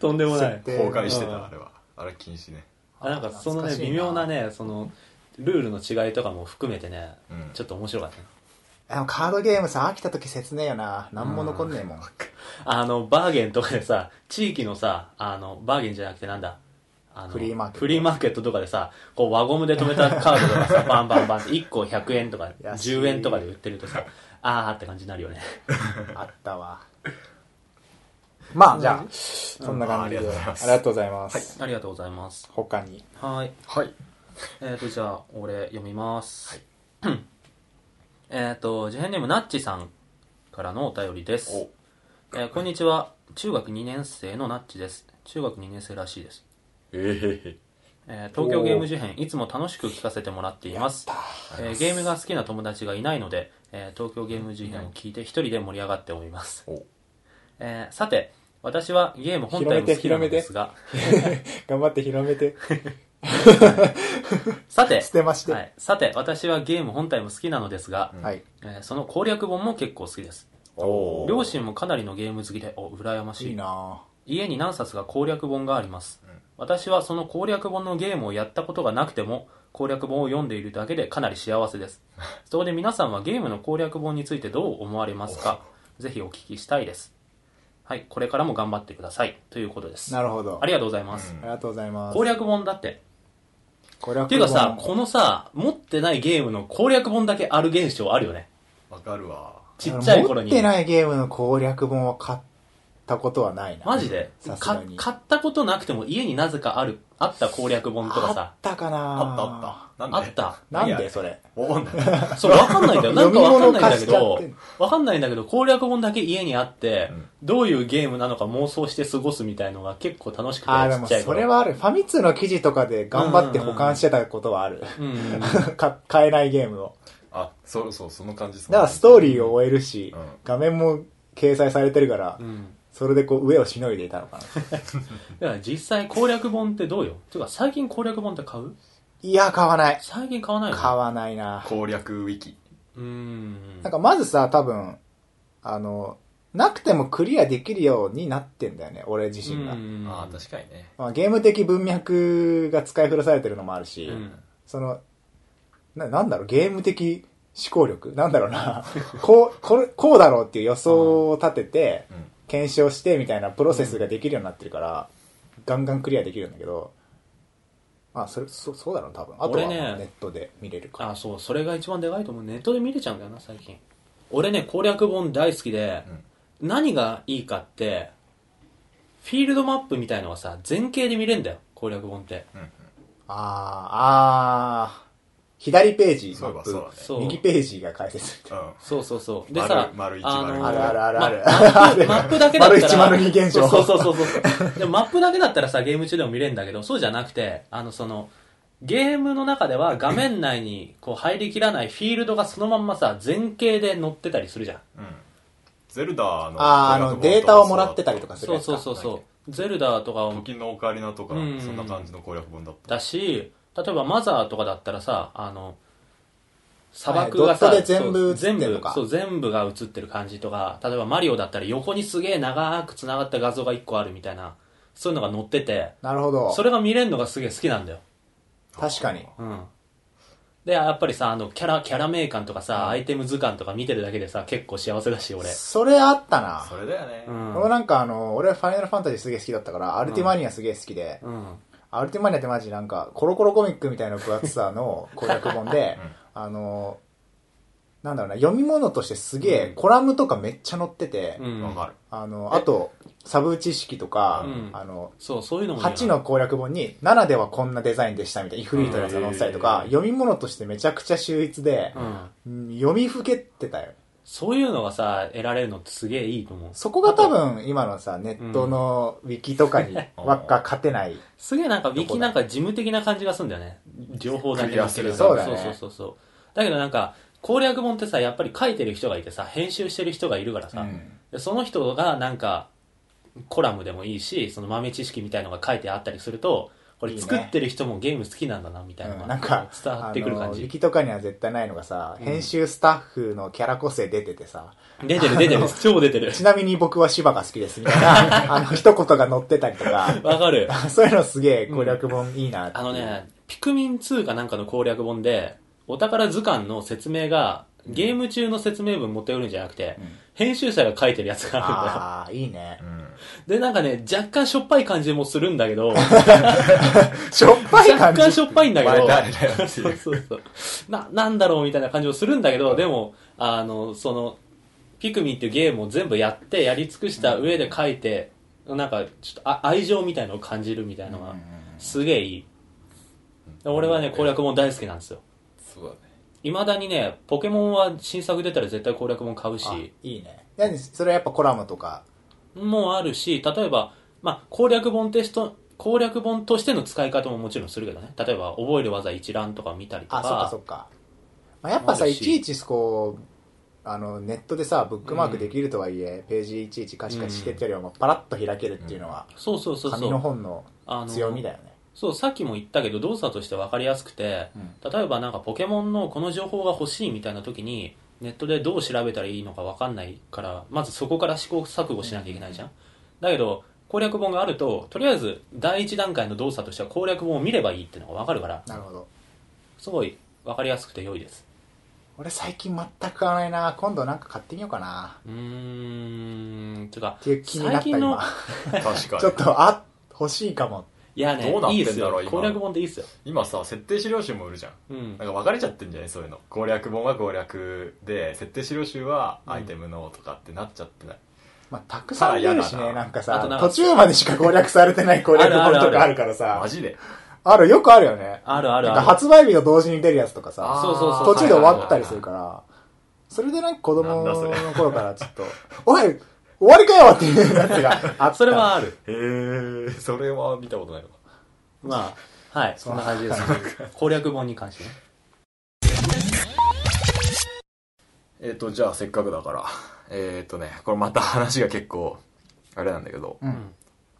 とんでもな設い。定崩壊してた、うんあれはあれ禁止ねあなんかそ懐のね、かしい微妙なね、その、ルールの違いとかも含めてね、うんちょっと面白かったね。でもカードゲームさ飽きた時切ねえよな何も残んねえもん、あの、バーゲンとかでさ、地域のさ、あの、バーゲンじゃなくてなんだ、あのフリーマーケットフリーマーケットとかでさ、こう輪ゴムで止めたカードとかさ、バンバンバンって1個100円とか安い10円とかで売ってるとさ、あーって感じになるよね。あったわまあじゃあそんな感じで、うんあありがとうございますりがとうございます、ありがとうござ他います。にはい。はいえー、と、じゃあ、俺読みます。 えー、と、自編ネームナッチさんからのお便りです。えーこんにちは。中学2年生のナッチです。中学2年生らしいです。えええー東京ゲーム事変、いつも楽しく聞かせてもらっています。えーゲームが好きな友達がいないので、えー東京ゲーム事変を聞いて一人で盛り上がっております。おえーさて、私はゲーム本体も好きなのですが、頑張って 広め てさて、捨てましてははい、い、さて、私はゲーム本体も好きなのですが、えーその攻略本も結構好きです。お両親もかなりのゲーム好きで、お、羨ましい。いいな家に何冊か攻略本があります、うん私はその攻略本のゲームをやったことがなくても、攻略本を読んでいるだけでかなり幸せです。そこで皆さんはゲームの攻略本についてどう思われますかぜひお聞きしたいです。はい、これからも頑張ってください。ということです。なるほどありがとうございます。うんありがとうございます攻略本だって。攻略っていうかさ、このさ、持ってないゲームの攻略本だけある現象あるよね。わかるわちっちゃい頃に。持ってないゲームの攻略本を買ったことはないなマジでさすがかに買ったことなくても家になぜかある、あった攻略本とかあさっ、たかなあったあったあった。なんいやでそれなんでわかんないそう、わかんないんだよ。 なんかわかんない読み物んだけど貸しちゃってんの、わかんないんだけど、攻略本だけ家にあって、うんどういうゲームなのか妄想して過ごすみたいのが結構楽しくて、ああでちっもちゃいそ頃。れはあるファミ通の記事とかで頑張って保管してたことはあるうん。か買えないゲームをあそうそうその感じそのだから感じストーリーを終えるし、うん画面も掲載されてるから、うん。それでこう上をしのいでいたのかな。だから実際攻略本ってどうよていうか最近攻略本って買ういや、買わない。最近買わないの買わないな。攻略ウィキうーん。なんかまずさ、多分、あの、なくてもクリアできるようになってんだよね、俺自身が。うんああ確かにねまあ、ゲーム的文脈が使い古されてるのもあるし、うんそのな、なんだろう、ゲーム的思考力なんだろうな、 こう、これ、こうだろうっていう予想を立てて、うん検証してみたいなプロセスができるようになってるから、ガンガンクリアできるんだけど、まあ、それ、そそうだろう、多分。あと俺はねまあネットで見れるから。あ、そう、それが一番でかいと思う。ネットで見れちゃうんだよな、最近。俺ね、攻略本大好きで、何がいいかって、フィールドマップみたいのはさ、前景で見れんだよ、攻略本って。あー、あー、左ページ、そういえばそうだねそう右ページが解説みたいな。うんそうそうそう。で丸さ、丸一あの丸あるあるあるある。 まマップだけだった丸ら。一丸二現象そうそうそうそう。でもマップだけだったらさ、ゲーム中でも見れるんだけど、そうじゃなくて、あの、その、ゲームの中では画面内にこう入りきらないフィールドがそのまんまさ、前景で載ってたりするじゃん。うんゼルダのあーあの、データをもらってたりとかするそやうつそかうそうそう。ゼルダとかを時のオカリナとかそうんんな感じの攻略本だっただし、例えばマザーとかだったらさ、あの、砂はい漠がさ、ドットで全部そう映ってんのか全部、そう、全部が映ってる感じとか、例えばマリオだったら横にすげえ長く繋がった画像が1個あるみたいな、そういうのが載ってて、なるほど。それが見れるのがすげえ好きなんだよ。確かに。うん。で、やっぱりさ、あの、キャラ、キャラ名鑑とかさ、アイテム図鑑とか見てるだけでさ、結構幸せだし、俺。それあったな。それだよねうん。俺なんかあの、俺ファイナルファンタジーすげえ好きだったから、アルティマニアすげえ好きで、うん。アルティマニアってマジなんか、コロコロコミックみたいな分厚さの攻略本で、あの、なんだろうな、読み物としてすげえ、コラムとかめっちゃ載ってて、うん。わかるあの、あと、サブ知識とか、うんあの、そう、そういうのもいいな8の攻略本に7ではこんなデザインでしたみたいなイフリートのやつが載ってたりとか、うん読み物としてめちゃくちゃ秀逸でう、ん。うん読みふけってたよ。そういうのがさ、得られるのってすげえいいと思う。そこが多分今のさ、ネットのウィキと かに輪っか勝てない。すげえなんか、ウィキなんか事務的な感じがするんだよね。情報だけ載っクてるリアするそうだねそうそうそうそう。だけどなんか、攻略本ってさ、やっぱり書いてる人がいてさ、編集してる人がいるからさ、でその人がなんか、コラムでもいいし、その豆知識みたいのが書いてあったりすると、これ作ってる人もゲーム好きなんだな、みたいなのうがんなんか、伝わってくる感あのウィじ。キとかには絶対ないのがさ、編集スタッフのキャラ個性出ててさ、出てる出てる、超出てる。ちなみに僕は芝が好きですみたい な、あの一言が載ってたりとか、 わかる。そういうのすげえ攻略本いいなっていあうのね、ピクミン2かなんかの攻略本で、お宝図鑑の説明が、ゲーム中の説明文持ってくるんじゃなくて、編集者が書いてるやつがあるんだあよ。 あ、いいね。で、なんかね、若干しょっぱい感じもするんだけど、しょっぱい若感じ干しょっぱいんだけおど、前誰だよっていうそうそうそう。な、なんだろうみたいな感じもするんだけど、でも、あの、その、ピクミンっていうゲームを全部やって、やり尽くした上で書いて、なんか、ちょっとあ愛情みたいのを感じるみたいなのが、すげえいい。俺はね、攻略本大好きなんですよ。そうだねいまだにね、ポケモンは新作出たら絶対攻略本買うあし、いいね。何それはやっぱコラムとか。もうあるし、例えば、まあ、攻略本テスト、攻略本としての使い方ももちろんするけどね。例えば、覚える技一覧とか見たりとか。あ、そっかそっか。まあ、やっぱさ、あるいしちいちこう、あの、ネットでさ、ブックマークできるとはいえ、ページいちいち可視化してってよりは、もうパラッと開けるっていうのは、そうそうそうそ紙のう。本の強みだよね。そう、さっきも言ったけど、動作として分かりやすくて、例えばなんかポケモンのこの情報が欲しいみたいな時に、ネットでどう調べたらいいのか分かんないから、まずそこから試行錯誤しなきゃいけないじゃん。だけど、攻略本があると、とりあえず第一段階の動作としては攻略本を見ればいいっていうのが分かるから、なるほど。すごい分かりやすくて良いです。俺最近全く買わないな。今度なんか買ってみようかな。うーん、てかっ、ていう気になった最近の確今。かに ちょっと、あ、欲しいかも。いやねどうな、っいいてんだっすよろう。今攻略本っていいっすよ。今さ設定資料集も売るじゃんうんな。んか分かれちゃってんじゃないそういうの攻略本は攻略で設定資料集はアイテムのとかってなっちゃってない、まあ、たくさん出るしただね、やだななんかあさとなんか途中までしか攻略されてない攻略あるある本あるとかあるからさマ。ジである、よくあるよね。あるあるなんあかる。発売日と同時に出るやつとかあーさ、そうそうそう。途中で終わったりするから、それでなんか子供なんだそれの頃からちょっと、おい、終わりかよっていうやつがあった。それはある。へえそれは見たことないわまあ、はい、そんな感じです。攻略本に関してね。えっ、と、じゃあせっかくだから、 えっ、とね、これまた話が結構、あれなんだけど、うんん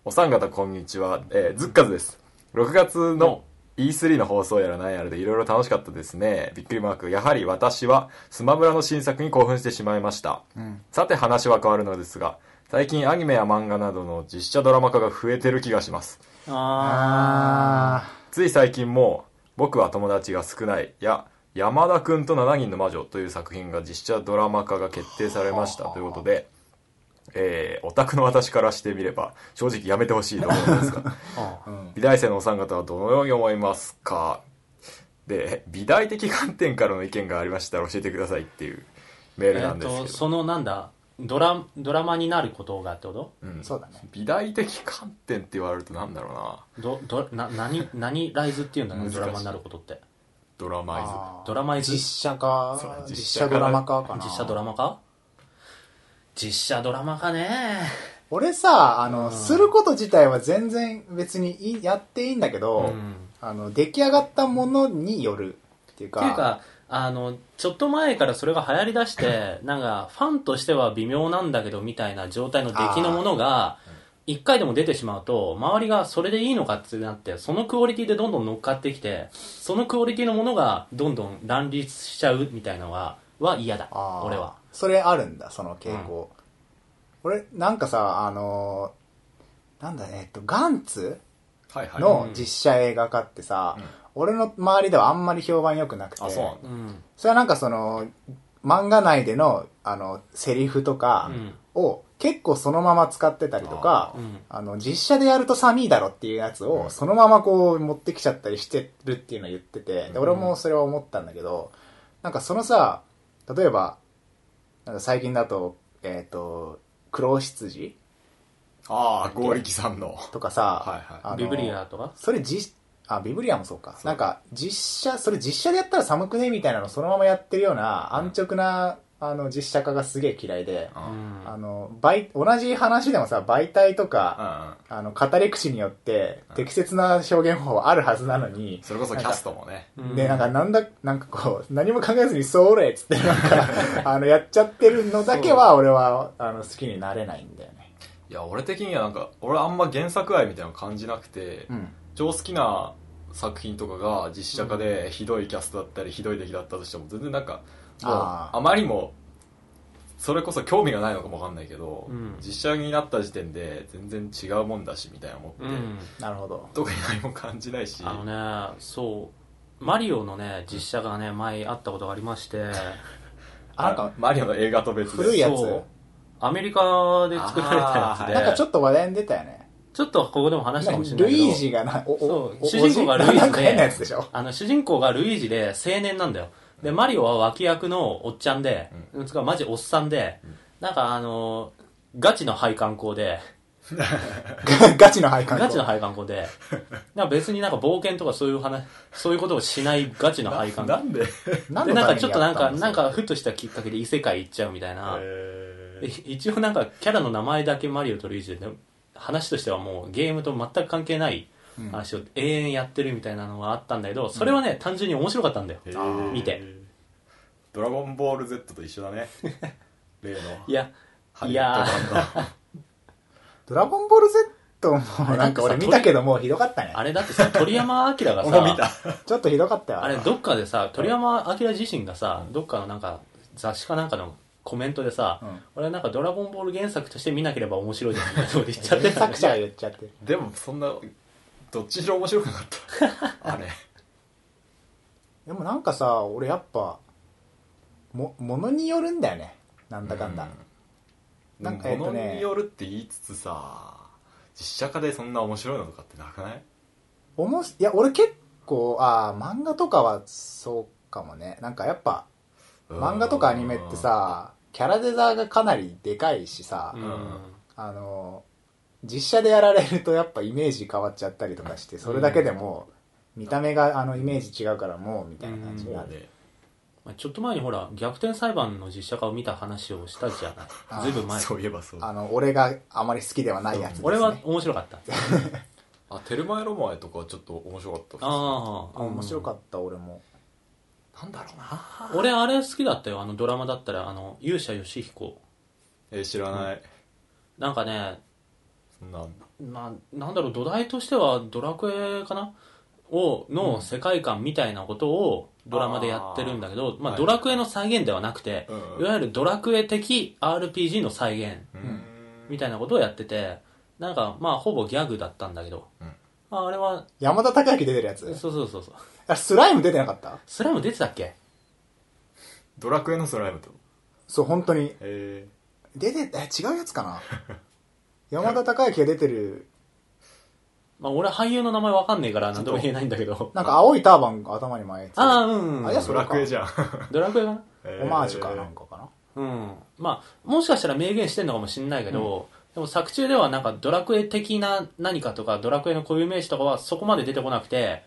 お三方こんにちは、えー、ズッカズです。6月の E3 の放送やら何やらでいろいろ楽しかったですね。びっくりマーク。やはり私はスマブラの新作に興奮してしまいました。うんさて話は変わるのですが、最近アニメや漫画などの実写ドラマ化が増えてる気がします。ああつい最近も「僕は友達が少ない」や「山田君と7人の魔女」という作品が実写ドラマ化が決定されましたということで、えー、オタクの私からしてみれば正直やめてほしいと思うんですがあーうん美大生のお三方はどのように思いますかで美大的観点からの意見がありましたら教えてくださいっていうメールなんですけえっとど、そのなんだドラドラマになることがってことうんそうだね美大的観点って言われるとなんだろうなどどな何何ライズっていうんだろう難しいドラマになることってドラマイズあードラマイズ実写化そうだね実写ドラマ化かな実写ドラマ化実写ドラマ化ね俺さあの、うんすること自体は全然別にいいやっていいんだけど、うんあの出来上がったものによるっていうかっていうかあのちょっと前からそれが流行りだしてなんかファンとしては微妙なんだけどみたいな状態の出来のものが一回でも出てしまうと周りがそれでいいのかってなってそのクオリティでどんどん乗っかってきてそのクオリティのものがどんどん乱立しちゃうみたいなのはは嫌だあー俺はそれあるんだその傾向、俺なんかさあのなんだねえっとガンツはいはいの実写映画化ってさ、うん俺の周りではあんまり評判良くなくてあそうなんだうんそれはなんかその漫画内でのあのセリフとかうんを結構そのまま使ってたりとか、あうんあの、実写でやると寒いだろっていうやつうを、んそのままこう持ってきちゃったりしてるっていうのを言ってて、でうん俺もそれは思ったんだけど、なんかそのさ、例えば、なんか最近だと、えっ、と、黒羊ああ剛力さんのとかさ、はいはいあのビブリアとかそれ実、あ、ビブリアもそうか。そうなんか、実写、それ実写でやったら寒くねみたいなのそのままやってるような、うん安直な、あの、実写化がすげえ嫌いで、うんうんあの、媒同じ話でもさ、媒体とか、うんあの、語り口によって適切な表現方法あるはずなのに、それこそキャストもねうんで、なんか、なんだ、なんかこう、何も考えずに、それっつって、なんか、あの、やっちゃってるのだけは、俺は、あの、好きになれないんだよね。いや俺的にはなんか俺あんま原作愛みたいなの感じなくて、うん。超好きな作品とかが実写化でひどいキャストだったりひどい出来だったとしても全然なんかもうああーまりもそれこそ興味がないのかもわかんないけど、うん実写になった時点で全然違うもんだしみたいな思って、うんなるほど。特に何も感じないしあのねそうマリオのね実写がね前あったことがありましてあ、なんか、マリオの映画と別で古いやつそうアメリカで作られたやつで、あーなんかちょっと話題に出たよね。ちょっとここでも話したかもしれないルけどイージがな、お、そおう、お主人公がルイーおじジでなんか変なやつでしょあの主人公がルイージで青年なんだよでマリオは脇役のおっちゃんで、つかマジおっさんで、なんかあのガチの配管工でガチの配管ガチの配管工 でなんか別になんか冒険とかそういう話そういうことをしないガチの配管工なんで、何でのなたんかめちょにっとなやんったかのなんかふとしたきっかけで異世界行っちゃうみたいな、えで一応なんかキャラの名前だけマリオとルイージで話としてはもうゲームと全く関係ない話を永遠やってるみたいなのがあったんだけどそれはね、単純に面白かったんだよ、ーへー見てドラゴンボール Z と一緒だね例のいやハリウッド 版のドラゴンボール Z も、なんか俺見たけど、もうひどかったね。あれだってさ鳥山明 がもう見たさちょっとひどかったよ。あれどっかでさ鳥山明自身がさどっかのなんか雑誌かなんかのコメントでさ、うん俺はなんかドラゴンボール原作として見なければ面白いですみたいなこと言っちゃって原た作者が言っちゃってる。でもそんなどっちにしろ面白くなかった あれでもなんかさ俺やっぱもものによるんだよねなんだかんだ、うんなんかでもえっと物ねによるって言いつつさ実写化でそんな面白いのとかってなくないおもしいや俺結構ああ漫画とかはそうかもねなんかやっぱ漫画とかアニメってさキャラデザーがかなりでかいしさ、うんあの実写でやられるとやっぱイメージ変わっちゃったりとかしてそれだけでも見た目があのイメージ違うからもうみたいな感じそになうる、ねまあちょっと前にほら逆転裁判の実写化を見た話をしたじゃあないずいぶん 前そういえばそうあの俺があまり好きではないやつです、ね、俺は面白か ったあテルマエロマエとかちょっと面白かったあああ面白かっった俺もなんだろうな俺あれ好きだったよあのドラマだったらあの勇者ヨシヒコえー知らない、なんかねそんなあんだななんだろう土台としてはドラクエかなをの世界観みたいなことをドラマでやってるんだけどまあ、はいドラクエの再現ではなくて、うんうんいわゆるドラクエ的 RPG の再現うーみんたいなことをやっててなんかまあほぼギャグだったんだけど、うんまあ、あれは山田孝之出てるやそうつ。そうそうそうあ、スライム出てなかったスライム出てたっけドラクエのスライムってことそう、本当に。え出て、え、違うやつかな山田孝之が出てる、まあ俺は俳優の名前わかんねえから何とも言えないんだけどなんか青いターバンが頭に巻いてるああうん、うあんいや、ー、そドれラかクエ。じゃん、 ドラクエかなえオマージュかなんかかな。うん、まあもしかしたら明言してるのかもしれないけど、でも作中ではなんかドラクエ的な何かとかドラクエの固有名詞とかはそこまで出てこなくて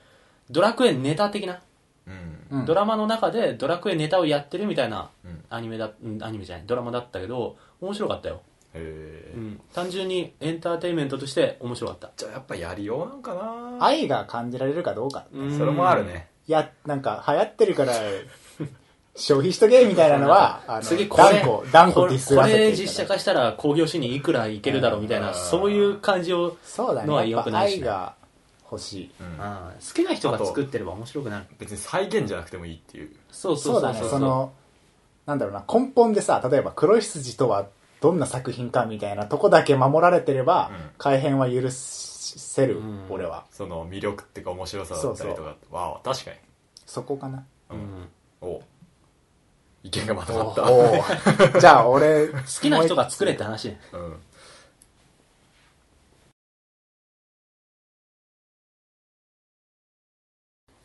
ドラクエネタ的な、うんうんドラマの中でドラクエネタをやってるみたいなうんアニメだ、うんアニメじゃないドラマだったけど面白かったよ、えうーん、単純にエンターテインメントとして面白かったじゃあやっぱやりようなんかな愛が感じられるかどうか。いうんそれもあるねや、なんか流行ってる から、消費しとけみたいなのは、あの、次断これ固、断固ディスらせこてれいただいて実写化したら興行しにいくらいけるだろうみたいなそういう感じを、そうだのはね。や良っくぱないし愛ねが欲しい。うんうん好きな人が作ってれば面白くなる別に再現じゃなくてもいいっていうそうそうそそううそだうね、そうその、なんだろうな、根本でさ、例えば黒羊とはどんな作品かみたいなとこだけ守られてればうん、改変は許せるうん、俺は。その魅力っていうか面白さだったりとかわあ確かにそこかな。うんおう意見がまとまおった ーじゃあ俺、好好きな人が作れって話ねうん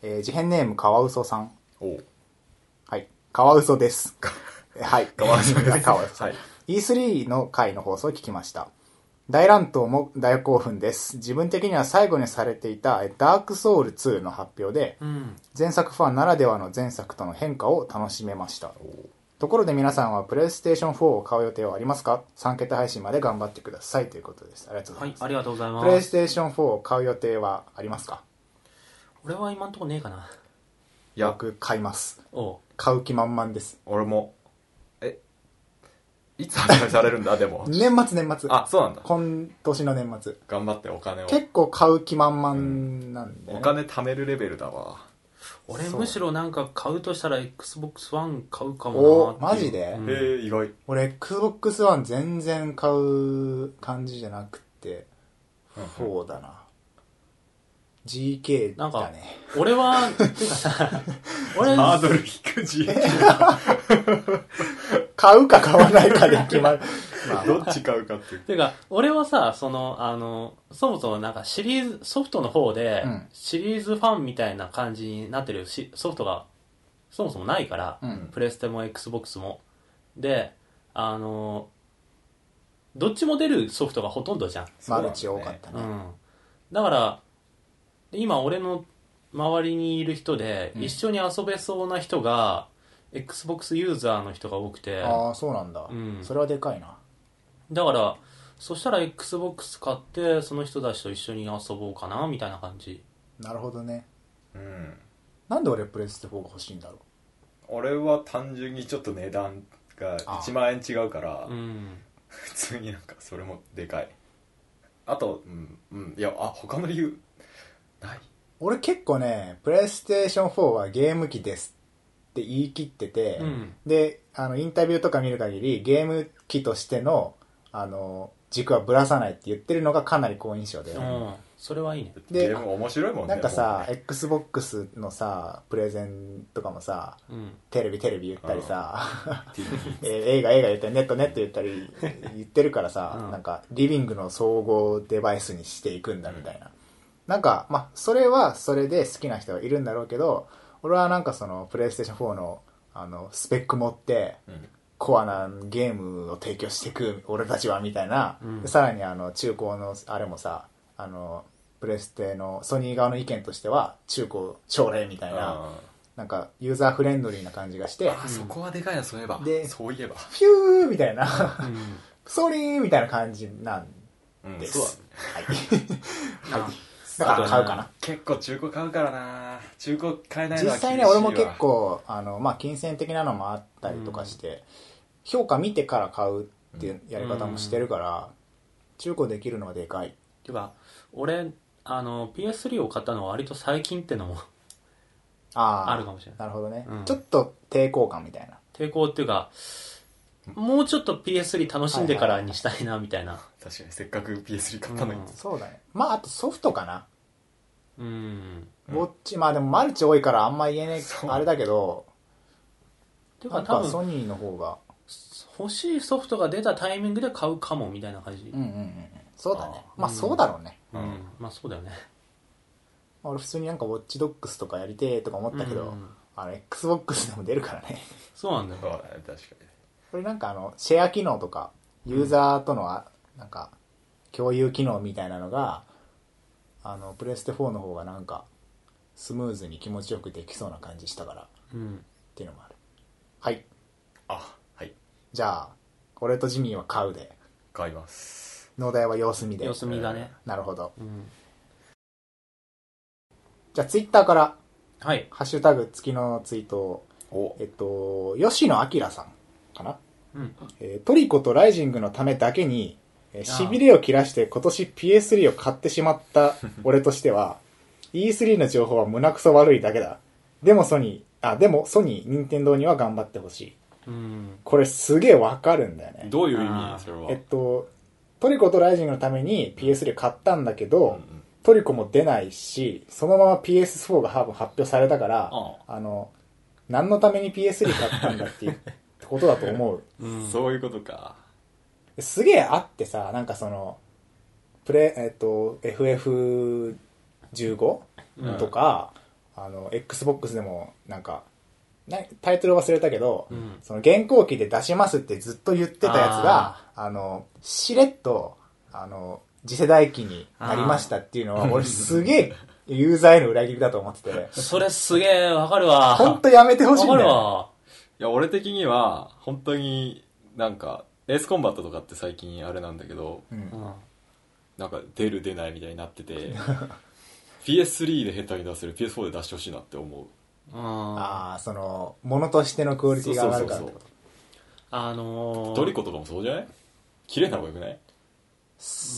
えー、事変ネーム、カワウソさん。おうはい。カワウソです。はい。カワウソですカワウソさんはい E3 の回の放送を聞きました。大乱闘も大興奮です。自分的には最後にされていたえダークソウル2の発表で、うん前作ファンならではの前作との変化を楽しめました。おうところで皆さんはプレイステーション4を買う予定はありますか ?3 桁配信まで頑張ってくださいということです。ありがとうごはざいいます。ありがとうございプレまイスすテーション4を買う予定はありますか俺は今んとこねえかないや僕買います。おう買う気満々です。俺もえいつ発売されるんだでも年末年末。あそうなんだ今年の年末。頑張ってお金を結構買う気満々なんで、ねお金貯めるレベルだわ俺そうむしろなんか買うとしたら XBOX1 買うかもなーっていおマジうでえうんー意外俺 XBOX One 全然買う感じじゃなくて4だな GK なんだかね俺 はてかさ俺ハードル低じ買うか買わないかで決 まるまあどっち買うかっていうてか俺はさそのあのそもそもなんかシリーズソフトの方で、うんシリーズファンみたいな感じになってるしソフトがそもそもないから、うんプレステも XBOX もであのどっちも出るソフトがほとんどじゃん、マルチ多かったねうん、だから今俺の周りにいる人で、うん一緒に遊べそうな人が XBOX ユーザーの人が多くてああそうなんだ、うんそれはでかいなだからそしたら XBOX 買ってその人たちと一緒に遊ぼうかなみたいな感じなるほどねうんなんで俺プレステ4が欲しいんだろう俺は単純にちょっと値段が1万円違うからうん普通になんかそれもでかいあとうん、うん、いやあ他の理由ない俺結構ねプレイステーション4はゲーム機ですって言い切ってて、うんであのインタビューとか見る限りゲーム機としてのあの軸はぶらさないって言ってるのがかなり好印象で、うんそれはいいねゲでーム面白いもんねなんかさ、も XBOX のさプレゼンとかもさ うんテレビテレビ言ったりさ、うね えー映画映画言ったりネットネット言ったり言ってるからさ、うんなんかリビングの総合デバイスにしていくんだみたいな、なんかまあそれはそれで好きな人はいるんだろうけど俺はなんかそのプレイステーション4のあのスペック持って うんコアなゲームを提供していく俺たちはみたいな、うんでさらにあの中古のあれもさあのプレステのソニー側の意見としては中古奨励みたいなあなんかユーザーフレンドリーな感じがしてーあーそこはでかいなそういえばでそういえばピューみたいな うんソーリーみたいな感じなんうんです。そうだねはい。まあだから買うかな。結構中古買うからな中古買えないの実は厳し際いね、わ俺も結構、あの、まあ、金銭的なのもあったりとかして、評価見てから買うっていうやり方もしてるから、中古できるのはでかい。てか俺あの PS3 を買ったのは割と最近ってのもああ。あるかもしれないなるほどね、うんちょっと抵抗感みたいな。抵抗っていうかもうちょっと PS3 楽しんでからにしたいなみたいな確かにせっかく PS3 買ったのに、うんそうだね。まあ、あとソフトかな。うんうんぼっち、まあでもマルチ多いからあんま言えねえ、そうあれだけど、ていうなかんか多分ソニーの方が、欲しいソフトが出たタイミングで買うかもみたいな感じ、うんうんうん。そうだね。あまあそうだろうね。うんうんまあそうだよねまあ俺普通になんかウォッチドックスとかやりてえとか思ったけど、うんあの XBOX でも出るからね そうなんだそうよ、だね確かこれなんかあのシェア機能とかユーザーとのあなんか共有機能みたいなのがあのプレステ4の方がなんかスムーズに気持ちよくできそうな感じしたからっうん、ていうのもあるはいにあはいじゃあ俺とジミーは買うで買います農大は様子見で様子見だね、なるほどうん、じゃあツイッターからはいハッシュタグ付きのツイートをおえっと吉野明さんかなうんえートリコとライジングのためだけに、えーあー痺れを切らして今年 PS3 を買ってし まった俺としては、E3 の情報は胸くそ悪いだけだ。でもソニー、あ、でもソニー、任天堂には頑張ってほしい。うんこれすげえわかるんだよね。どういう意あー味それはえっと、トリコとライジングのために PS3 を買ったんだけど、うんうんトリコも出ないし、そのまま PS4 が多分発表されたから、ああの、何のために PS3 買ったんだっていうことだと思う。うんそういうことかすげえあってさ、なんかその、プレ、えっと、FF15 うんとか、あの、Xbox でも、なんか、なタイトル忘れたけど、うんその現行機で出しますってずっと言ってたやつが、あの、しれっと、あの、次世代機になりましたっていうのは、俺すげえユーザーへの裏切りだと思って て、それすげえわかるわほんとやめてほしいんわかだるよ。わいや俺的には本当になんかエースコンバットとかって最近あれなんだけどうんうんなんか出る出ないみたいになって て PS3 で下手に出せる PS4 で出してほしいなって思うあああ、その、ものとしてのクオリティが上がるからってこと。あのー、トリコとかもそうじゃない綺麗な方がよくない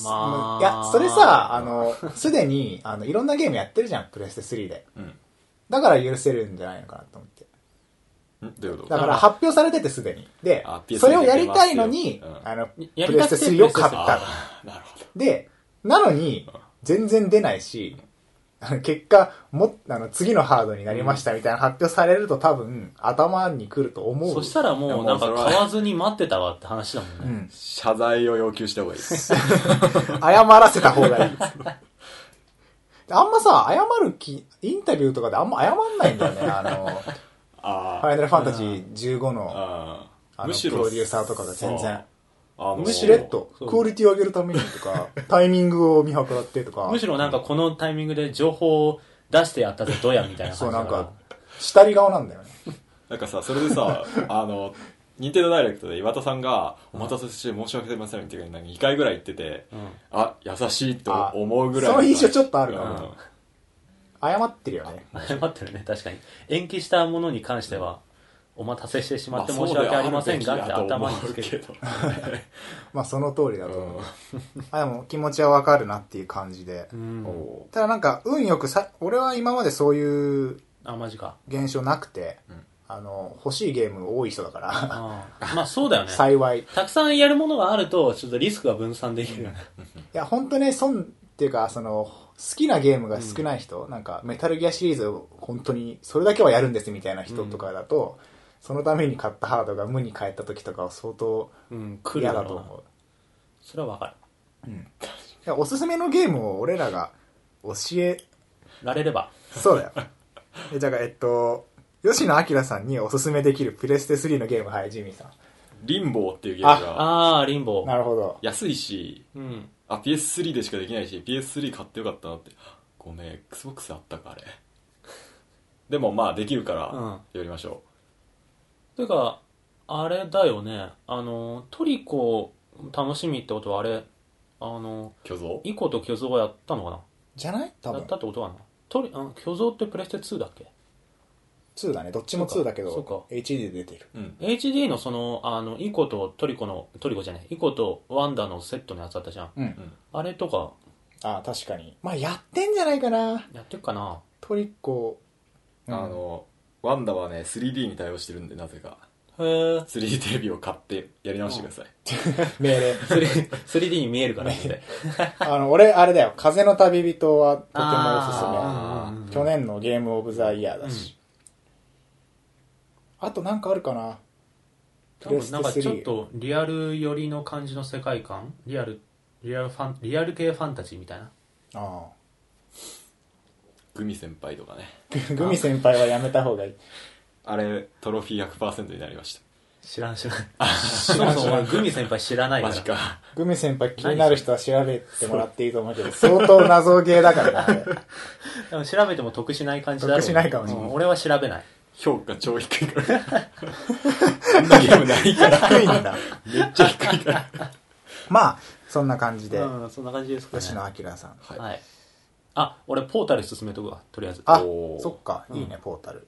まあいや、それさ、あの、すでに、あの、いろんなゲームやってるじゃん、プレステ3で。うんだから許せるんじゃないのかなと思って。んどういうことだかあら発表されててすでに。であ、PS3 それをやりたいのにで出ますよ、うんあの、プやレりたくてステ3を買っプレスた。あーなるほどで、なのに、全然出ないし、あの結果、も、あの、次のハードになりましたみたいな発表されると多分、頭に来ると思う。そしたらもうなんか買わずに待ってたわって話だもんね、うん。謝罪を要求した方 がいい謝らせた方がいい。あんまさ、謝る気、インタビューとかであんま謝んないんだよね。あの、あファイナルファンタジー15のあああのプロデューサーとかが全然あのむしろっとそうクオリティを上げるためにとかタイミングを見計らってとかむしろなんかこのタイミングで情報を出してやったぜどうやみたいな感じそうだなんか下り顔なんだよねなんかさそれで さあの任天堂ダイレクトで岩田さんが「お待たせして申し訳ありません」っていうか2回ぐらい言ってて、んあ優しいと思うぐらいあその印象ちょっとあるかもうん謝ってるよね謝ってるね確かに延期したものに関しては、お待たせしてしまってまあ申し訳ありませんがって頭につけそうるでまあその通りだあるべきだとと思う思うあでも気持ちはわかるなっていう感じでうんけど、うんおただなんか運よくさ俺は今までそういうあマジか現象なくてうんあの欲しいゲーム多い人だからあーまあそうだよね幸いいたくさんやるものがあるとちょっとリスクが分散できるよねや本当ね損っていうかその好きなゲームが少ない人、なんかメタルギアシリーズを本当にそれだけはやるんですみたいな人とかだと、そのために買ったハードが無に変えた時とかは相当うん来る嫌だろだうとな思うそれはわかいやおすすめのゲームを俺らが教 えるられればそうだよえだからえっと吉野明さんにおすすめできるプレステ3のゲームはいジミーさんリンボーっていうゲームがああリンボーなるほど安いしうんあ PS3 でしかできないし PS3 買ってよかったなってごめん XBOX あったかあれでもまあできるうんからやりましょてかあれだよねあのトリコ楽しみってことはあれあのう、巨像イコと巨像がやったのかなじゃない多だ分ったってことかなトリあ巨像ってプレステ2だっけ2だねどっちも2だけそうかそどうか HD で出てるうん HD のそのあのイコとトリコのトリコじゃないイコとワンダのセットのやつあったじゃんうん、あれとかあ確かにまあやってんじゃないかなやってるかなトリコ、あのワンダはね 3D に対応してるんでなぜかへえ 3D テレビを買ってやり直してください、命令 3D に見えるからみたいなあの俺あれだよ「風の旅人」はとてもあーーおすすめ去年のゲームオブザイヤーだし、あとなんかあるかな多分なんかちょっとリアル寄りの感じの世界観リアルリアルファンリアル系ファンタジーみたいなあグミ先輩とかねあグミ先輩はやめた方がいいあれトロフィー100%になりまし知らん知らんそもそも俺グミ先輩知らたないからマジかグミ先輩気になる人は調べてもらっていいと思うけど相当謎ゲーだからなあれ多分調べても得しない感じだろう得しないかもしれないうん俺は調べない評価超低いからそんなゲームない から低いんだめっちゃ低いから まあそんな感じで、うんそんな感じですかね吉野明さんはいはいあ俺ポータル進めとくわとりあえずあおーそっかいいね、ポータル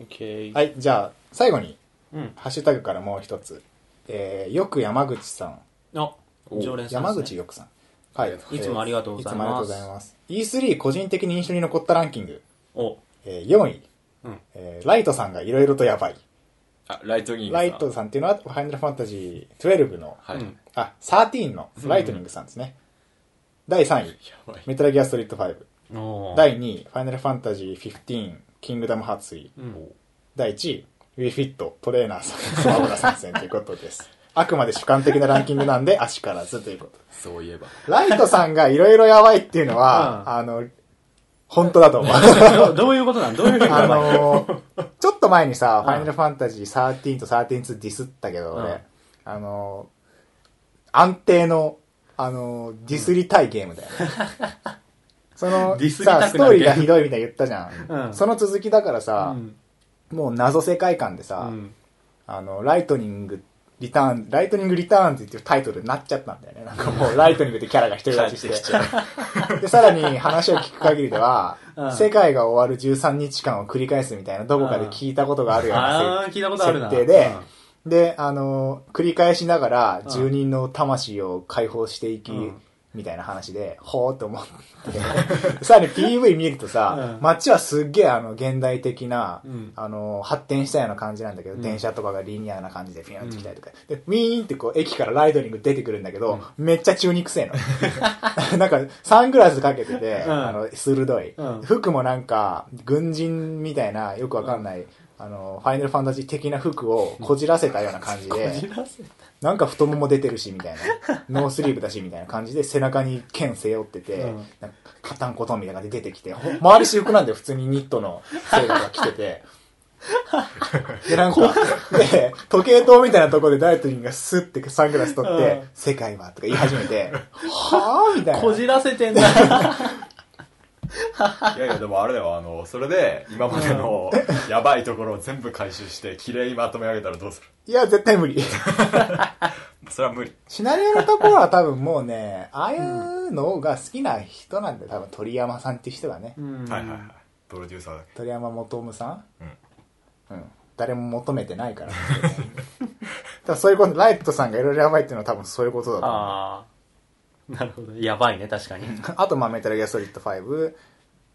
オッケーはいじゃあ最後にうんハッシュタグからもう一つ、えーよく山口さんあお常連さんで山すね口よくさんはあいりがとういつもありがとうございまえーいつもあすりがとうございます E3 個人的に印象に残ったランキング、おえー4位、うんえーライトさんがいろいろとやばいあライトニングさんライトさんっていうのは「ファイナルファンタジー12」のはい、うんやあ13のライトニングさんですね、第3位ばいメタルギアストリート5おー第2位ファイナルファンタジー15キングダムハーツ3うん第1位、ウィフィットトレーナーさん、スマブラ参戦ということです。 あくまで主観的なランキングなんで、足からずということ。そういえばライトさんがいろいろやばいっていうのは、うんあの、本当だと思う。どどういうことなんどういうふうにあ名前の ーちょっと前にさ、んファイナルファンタジー13と132ディスったけど、俺、うんあのー安定の、あのーディスりたいゲームだよね。 そのディスりたくさ、なるストーリーがひどいみたいに言ったじゃん。うんその続きだからさ、うんもう謎世界観でさ、うんあの、ライトニング、リターン、ライトニングリターンズっていうタイトルになっちゃったんだよね。なんか もう、ライトニングってキャラが一人勝ちして。で、さらに話を聞く限りでは、 うん世界が終わる13日間を繰り返すみたいな、どこかで聞いたことがあるようなあー聞いたことあるな設定で、で、あの、繰り返しながら、うん住人の魂を解放していき、うんみたいな話で、ほーって思って。 さらに PV 見るとさ、うん街はすっげえあの、現代的な、うんあの、発展したような感じなんだけど、うん電車とかがリニアな感じでピュンって来たりとか、で、ウィーンってこう、駅からライトニング出てくるんだけど、めっちゃ中肉性の。 なんか、サングラスかけてて、うんあの、鋭い、うん服もなんか、軍人みたいな、よくわかんない、あの、ファイナルファンタジー的な服をこじらせたような感じで、知らせなんか太もも出てるし、みたいな。ノースリーブだし、みたいな感じで背中に剣背負ってて、うんなんか、カタンコトンみたいな感じで出てきて、ほ周り私服なんで普通にニットのセーラーが着てて、で、なんか、で、時計塔みたいなところでダイエット人がスッてサングラス取って、うん世界はとか言い始めて、はぁみたいな。こじらせてんだいやいやでもあれだよあのそれで今までのやばいところを全部回収して綺麗にまとめ上げたらどうするいや、絶対無理。それは無理シナリオのところは多分もうね、ああいうのが好きな人なんで、多分鳥山さんって人がね、うんはいはいはいプロデューサーだけ鳥山元さんうんうん、誰も求めてないから。ただそういうこと、ライトさんがいろいろやばいっていうのは多分そういうことだと思う。ああなるほどやばいね確かにあと、まあ、メタルギアソリッド5、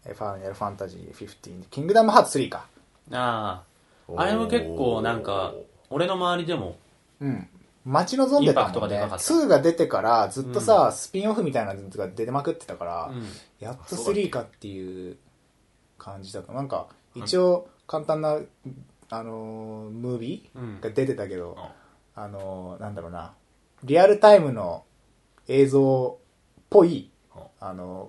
えファイナルファンタジー15、キングダムハーツ3か。あああれも結構なんか俺の周りでもうん。街のゾンビだったもんイね。ンパクトがでかかった2が出てからずっとさ、スピンオフみたいなのが出てまくってたから、うんやっと3かっていう感じだった。なんか、一応簡単な、あのームービうんーが出てたけど、うんあのーなんだろうな、リアルタイムの映像っぽいうん、あの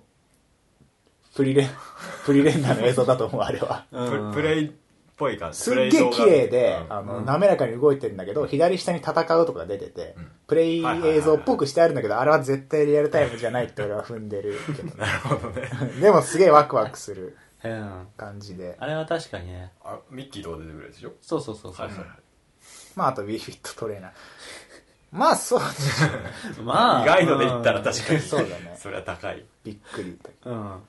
ープリレン、 プリレンダーの映像だと思う、あ れは。うんププレイっぽい感じすっげえ綺麗で、プレイ動画あの、うん滑らかに動いてるんだけど、左下に戦うとかが出ててうん、プレイ映像っぽくしてあるんだけど、あれは絶対リアルタイムじゃないって俺は踏んでる けどね。なるほどね でもすげえワクワクするうん感じで。あれは確かにねあミッキーとか出てくるでしょそうそうそうそはういはいはいまあ、あと w ィフィットトレーナー。まあそうまあ。ガイドで言ったらだ。確かに。 そうだねそれは高い。びっくりうん。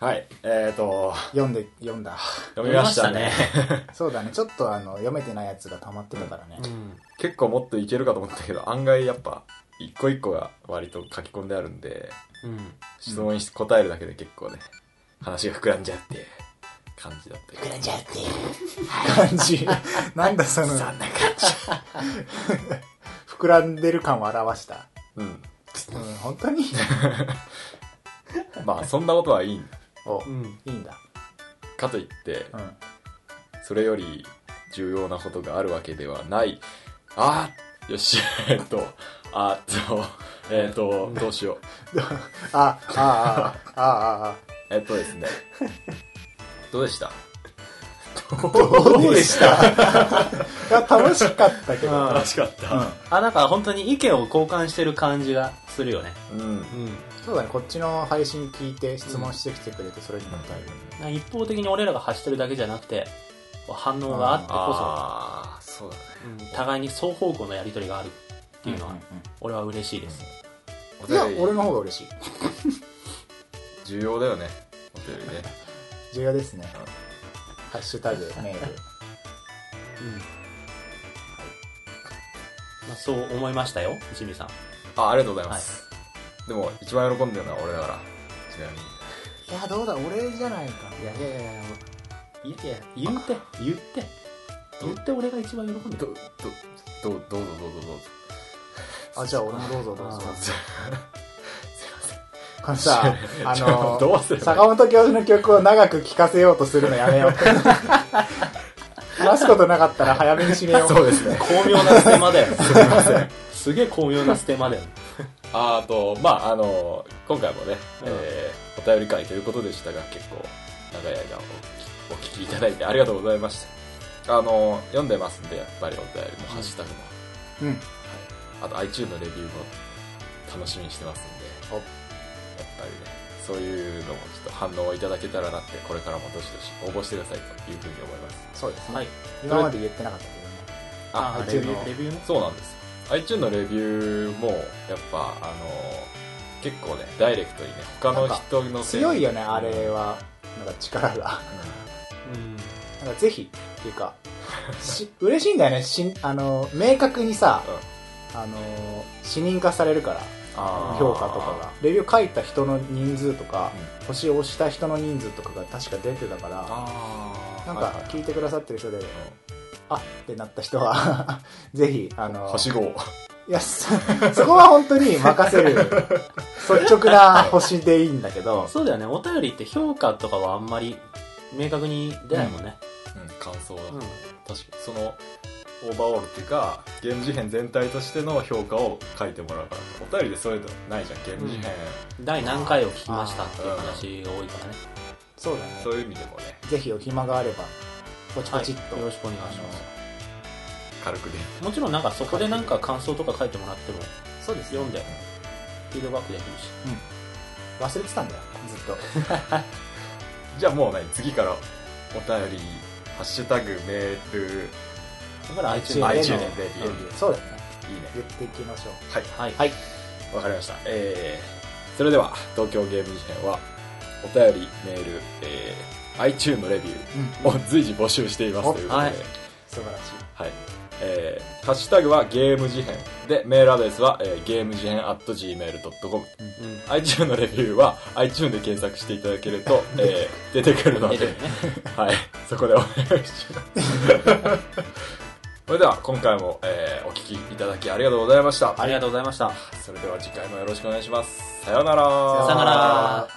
はい。えっ、ー、と、読んで読んだ読みましたね。そうだねちょっとあの読めてないやつが溜まってたからね、うん。結構もっといけるかと思ったけど、案外やっぱ、一個一個が割と書き込んであるんで、うん。質問に答えるだけで結構ね、話が膨らんじゃって、感じだったけど。じゃって感じなんだそのそんな感膨らんでる感を表したうん。うん本当にまあ、そんなことはいいんおうん。いいんだかといって、うんそれより重要なことがあるわけではない。あーよし、えっと、あーっと、えっと、どうしよう。あああああえっとですね。どうでしたあどうでした いや楽しかったけど、うん楽しかった。あ、なんか本当に意見を交換してる感じがするよね。うん。うん。そうだねこっちの配信聞いて質問してきてくれてそれに答える、なんか一方的に俺らが発してるだけじゃなくて反応があってこああ、そうだね。そ、うん互いに双方向のやり取りがあるっていうのうはんう俺は嬉しいです、おんうん便いりや俺の方が嬉しい重要だよね。お便りね。重要ですねうんハッシュタグメ ールうんまあ、そう思いましたよ一味さんあ、ありがとうございます。でも、一番喜んでるのは俺だから。ちなみに。いやどうだ俺じゃないかいやいやいやいやいやいや言って言って言って俺が一番喜んでどる、ど、ど、どうぞどうぞどうぞ。あじゃあ俺もどうぞどうぞあすいません。このさ あのどうすればいい坂本教授の曲を長く聴かせようとするのやめよう話すことなかったら早めに締め ようそうです ね。巧妙なステマだよねすげえ巧妙なステマだよねああと、まあ、あの、今回もね、うんえーお便り会ということでしたが、結構、長い間お聞きお聞きいただいてありがとうございました。あの、読んでますんで、やっぱりお便りも、ハッシュタグも、うんあと iTunes のレビューも楽しみにしてますんで、おやっぱりね、そういうのもちょっと反応をいただけたらなって、これからもどしどし応募してくださいというふうに思います。そうですね、はい今まで言ってなかったけどねあ、あ iTunes レビュのーレビューねそうなんです。iTunes のレビューも、やっぱ、あの結構ね、ダイレクトにね、他の人のせ強いよねあれはなんか力がうんなんかぜひっていうかし嬉しいんだよねしんあの明確にさ、あの市民化されるからあー評価とかがレビュー書いた人の人数とか、星を押した人の人数とかが確か出てたからあーなんはいはかい聞いてくださってる人で、あってなった人はぜひあうんのはしごをいやそそこは本当に任せる率直な星でいいんだけどそうだよねお便りって評価とかはあんまり明確に出ないもんね、感想うん確かにそのオーバーオールっていうかゲーム事変全体としての評価を書いてもらうからお便りでそういうのないじゃんゲーム事変、第何回を聞きましたっていう話が多いからね。そうだねそういう意味でもねぜひお暇があればポチポチっと、はいよろしくお願いします。軽くでもちろんなんかそこでなんか感想とか書いてもらってもそうですね読んでフィードバックできるし。忘れてたんだよずっとじゃあもうね次からお便り「ハッシュタグメールだから iTunes あで iTunes のでレビューうんそうだよねいいね言っていきましょうはいはい。はいわかりました。えー、それでは、東京ゲーム事変は、お便り、メール、えー、iTune のレビューを随時募集していますおということで、ははいい。素晴らしいえー、ハッシュタグはゲーム事変。で、メールアドレスは、えー、ゲーム事変 at gmail.com。うん。 iTune のレビューは、iTune で検索していただける と、えー、出てくるの出てでる、ね。はい。そこでお願い します。それでは、今回も、えー、お聞きいただきありがとうございました。ありがとうございました。それでは次回もよろしくお願いします。さようなら。さよなら。